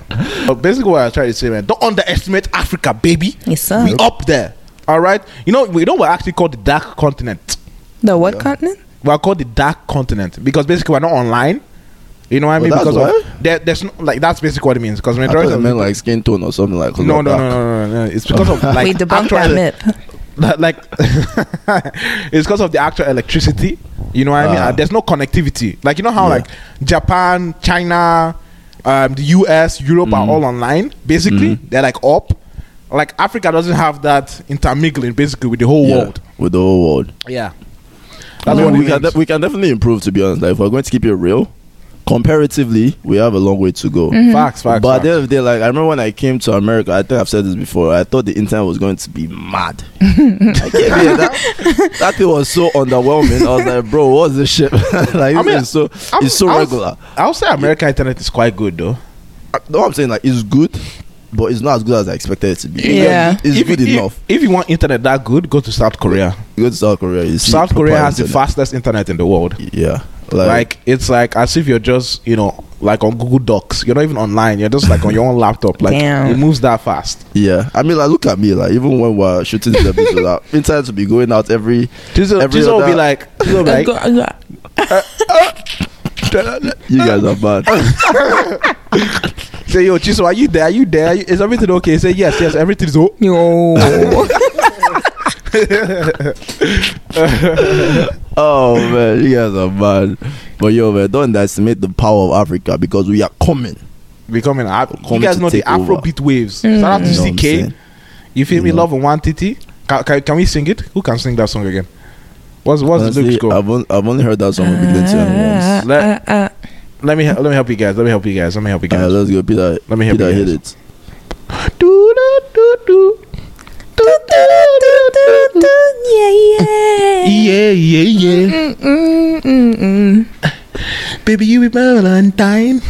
Speaker 5: Yeah. But basically, what I try to say, man, don't underestimate Africa, baby.
Speaker 4: Yes, sir.
Speaker 5: We up there. All right. You know, we know we're actually called the dark continent.
Speaker 4: The what continent?
Speaker 5: We're called the dark continent because basically we're not online. You know what I
Speaker 2: Well,
Speaker 5: mean?
Speaker 2: that's
Speaker 5: Because
Speaker 2: why.
Speaker 5: of, there, there's no, like that's basically what it means. Because
Speaker 2: I
Speaker 5: majority
Speaker 2: thought it
Speaker 5: of
Speaker 2: meant
Speaker 5: people-
Speaker 2: like skin tone or something like
Speaker 5: no, no, no, no, no, no. It's because of
Speaker 4: *laughs*
Speaker 5: like
Speaker 4: we debunked that
Speaker 5: actual-
Speaker 4: myth.
Speaker 5: that, like *laughs* it's because of the actual electricity. You know what I mean?
Speaker 2: Ah.
Speaker 5: Uh, there's no connectivity. Like you know how
Speaker 2: Yeah.
Speaker 5: like Japan, China, um, the U.S., Europe
Speaker 2: Mm.
Speaker 5: are all online. Basically,
Speaker 2: Mm-hmm.
Speaker 5: they're like up. Like Africa doesn't have that intermingling basically with the whole
Speaker 2: Yeah,
Speaker 5: world.
Speaker 2: With the whole world.
Speaker 5: Yeah,
Speaker 2: I
Speaker 5: that's
Speaker 2: mean,
Speaker 5: what
Speaker 2: we, can de- we can definitely improve, to be honest. Like, if we're going to keep it real, comparatively, we have a long way to go.
Speaker 5: Facts, facts.
Speaker 2: but at
Speaker 5: facts.
Speaker 2: the end of the day, like I remember when I came to America, I think I've said this before. I thought the internet was going to be
Speaker 5: *laughs*
Speaker 2: mad. I came here, that, that thing was so underwhelming. I was like, bro, what's this shit? *laughs* like,
Speaker 5: I mean,
Speaker 2: it's so
Speaker 5: I'm-
Speaker 2: it's so
Speaker 5: I'll-
Speaker 2: regular.
Speaker 5: I'll say American internet is quite good though.
Speaker 2: I, no, I'm saying like it's good, but it's not as good as I expected it to be.
Speaker 4: Yeah.
Speaker 2: it's
Speaker 5: if,
Speaker 2: good
Speaker 5: you- if-
Speaker 2: enough.
Speaker 5: If you want internet that good, go to South Korea.
Speaker 2: You go to South Korea, you see
Speaker 5: South Korea
Speaker 2: proper
Speaker 5: has the
Speaker 2: internet.
Speaker 5: fastest internet in the world.
Speaker 2: Yeah,
Speaker 5: Like, it's like as if you're just you know like on Google Docs. You're not even online. You're just like on your own laptop. Like
Speaker 4: Damn.
Speaker 5: it moves that fast.
Speaker 2: yeah. I mean, like look at me, like even when we're shooting this
Speaker 5: *laughs*
Speaker 2: episode, like, internet will be going out every
Speaker 5: This will,
Speaker 2: Every
Speaker 5: this will
Speaker 2: other-
Speaker 5: be like this will be like
Speaker 2: You guys
Speaker 5: *laughs*
Speaker 2: are bad.
Speaker 5: say yo Chiso, are you there? Are you there? Are you- is everything okay? Say yes, yes, everything's okay.
Speaker 4: Yo.
Speaker 2: Oh man, you guys are bad. But yo man, don't underestimate the power of Africa because we are coming.
Speaker 5: *laughs* Becoming Af- you
Speaker 2: Come
Speaker 5: guys
Speaker 2: to
Speaker 5: know the
Speaker 2: take over.
Speaker 5: Afrobeat waves. Shout out
Speaker 2: You know what
Speaker 5: to
Speaker 2: I'm
Speaker 5: CK.
Speaker 2: saying?
Speaker 5: You feel me?
Speaker 2: You know.
Speaker 5: Love and one titty. Can, can, can we sing it? Who can sing that song again? What's what's the
Speaker 2: Honestly,
Speaker 5: lyrics go?
Speaker 2: I've, on, I've only heard that song from Big Linton once.
Speaker 5: Let- let me he- let me help you guys. Let me help you guys. Let me help you
Speaker 2: Alright, let's
Speaker 5: guys.
Speaker 2: go, Peter.
Speaker 5: Let me hear
Speaker 2: Peter
Speaker 5: you
Speaker 2: hit
Speaker 5: guys.
Speaker 2: it.
Speaker 5: Do, do, do, do. Do, do, do, do, do.
Speaker 4: yeah, yeah.
Speaker 5: Yeah, yeah, yeah.
Speaker 4: Mm, mm, mm, mm.
Speaker 5: Baby, you be Valentine.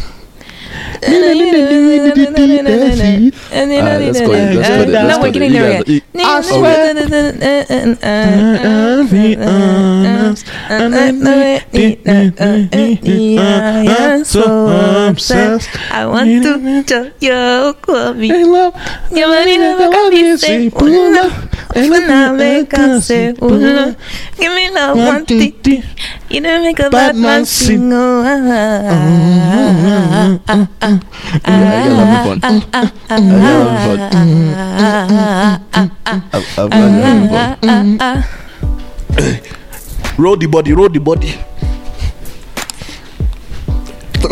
Speaker 2: Alright, let's
Speaker 4: No,
Speaker 2: go. Let's go. there, let's go
Speaker 4: we're
Speaker 2: there.
Speaker 4: getting
Speaker 2: You
Speaker 4: there
Speaker 2: guys- you-
Speaker 4: again. So obsessed. I want to show you glory.
Speaker 5: love.
Speaker 4: Your money never got me say pull up. When I make a say pull up. Give me love one thing. You don't make a bad man single. mm,
Speaker 2: Yeah, you guys are having fun. You guys are having fun. I'm, I'm glad you're having fun.
Speaker 5: Roll the body, roll the body.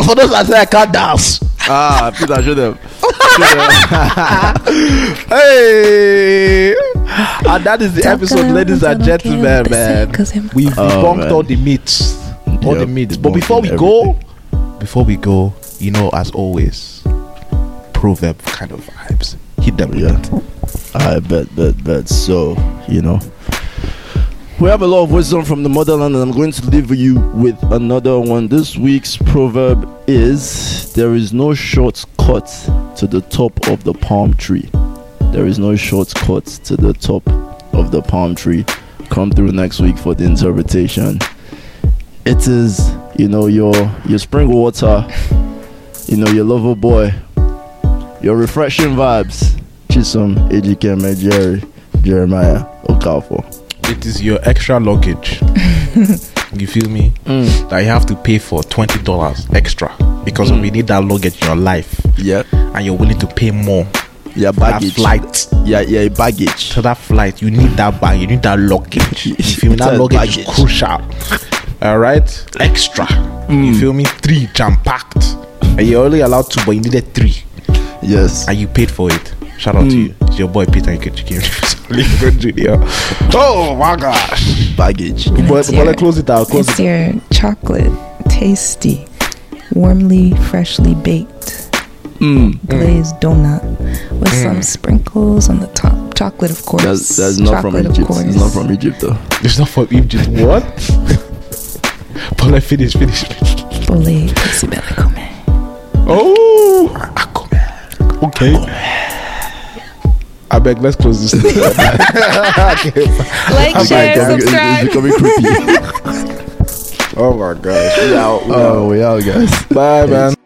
Speaker 5: For those that say I can't dance.
Speaker 2: Ah, Peter, show them. *laughs*
Speaker 5: Hey! And that is the episode, ladies and gentlemen, man. We've
Speaker 2: Oh,
Speaker 5: debunked
Speaker 2: man.
Speaker 5: all the myths. All
Speaker 2: Yeah,
Speaker 5: the myths. But
Speaker 2: debunking
Speaker 5: before we go, before we go, you know, as always, proverb kind of vibes. Hit them with
Speaker 2: Yeah.
Speaker 5: it.
Speaker 2: I bet, bet, bet. So, you know. We have a lot of wisdom from the motherland, and I'm going to leave you with another one. This week's proverb is There is no shortcut to the top of the palm tree. There is no shortcut to the top of the palm tree. Come through next week for the interpretation. It is, you know, your your spring water, you know, your lover boy, your refreshing vibes. Chisholm, Ejikeme, Jerry, Jeremiah, Okafor.
Speaker 5: It is your extra luggage. *laughs* you feel me?
Speaker 2: Mm.
Speaker 5: That you have to pay for twenty dollars extra because we need that luggage in your life,
Speaker 2: Yeah,
Speaker 5: and you're willing to pay more
Speaker 2: yeah,
Speaker 5: for that
Speaker 2: baggage.
Speaker 5: flight.
Speaker 2: Yeah, yeah, baggage.
Speaker 5: To that flight, you need that bag. You need that *laughs* luggage. You feel me? That
Speaker 2: It's a
Speaker 5: luggage is
Speaker 2: baggage.
Speaker 5: crucial. All right, extra. You feel me? Three jam packed, and you're only allowed two, but you needed three,
Speaker 2: Yes.
Speaker 5: and you paid for it. Shout out to you. It's your boy Peter *laughs* Nkechike. Sorry, good junior. Oh my gosh.
Speaker 2: baggage.
Speaker 5: But, but let's close it out. Close
Speaker 4: It's
Speaker 5: it.
Speaker 4: your chocolate, tasty, warmly, freshly baked
Speaker 2: Mm.
Speaker 4: glazed donut with some sprinkles on the top. Chocolate, of course.
Speaker 2: That's, that's not from
Speaker 4: Chocolate, of
Speaker 2: Egypt. It's
Speaker 4: course.
Speaker 2: not from Egypt though.
Speaker 5: It's not from Egypt. What? *laughs* Paul, finish, finish.
Speaker 4: Olé, Sibele Kome.
Speaker 5: Oh, Aquaman. Okay. I beg, let's close this. thing.
Speaker 4: Like, share,
Speaker 2: it's, it's
Speaker 4: subscribe. *laughs*
Speaker 2: becoming creepy.
Speaker 5: oh my gosh.
Speaker 2: oh, we out, guys.
Speaker 5: Bye, man.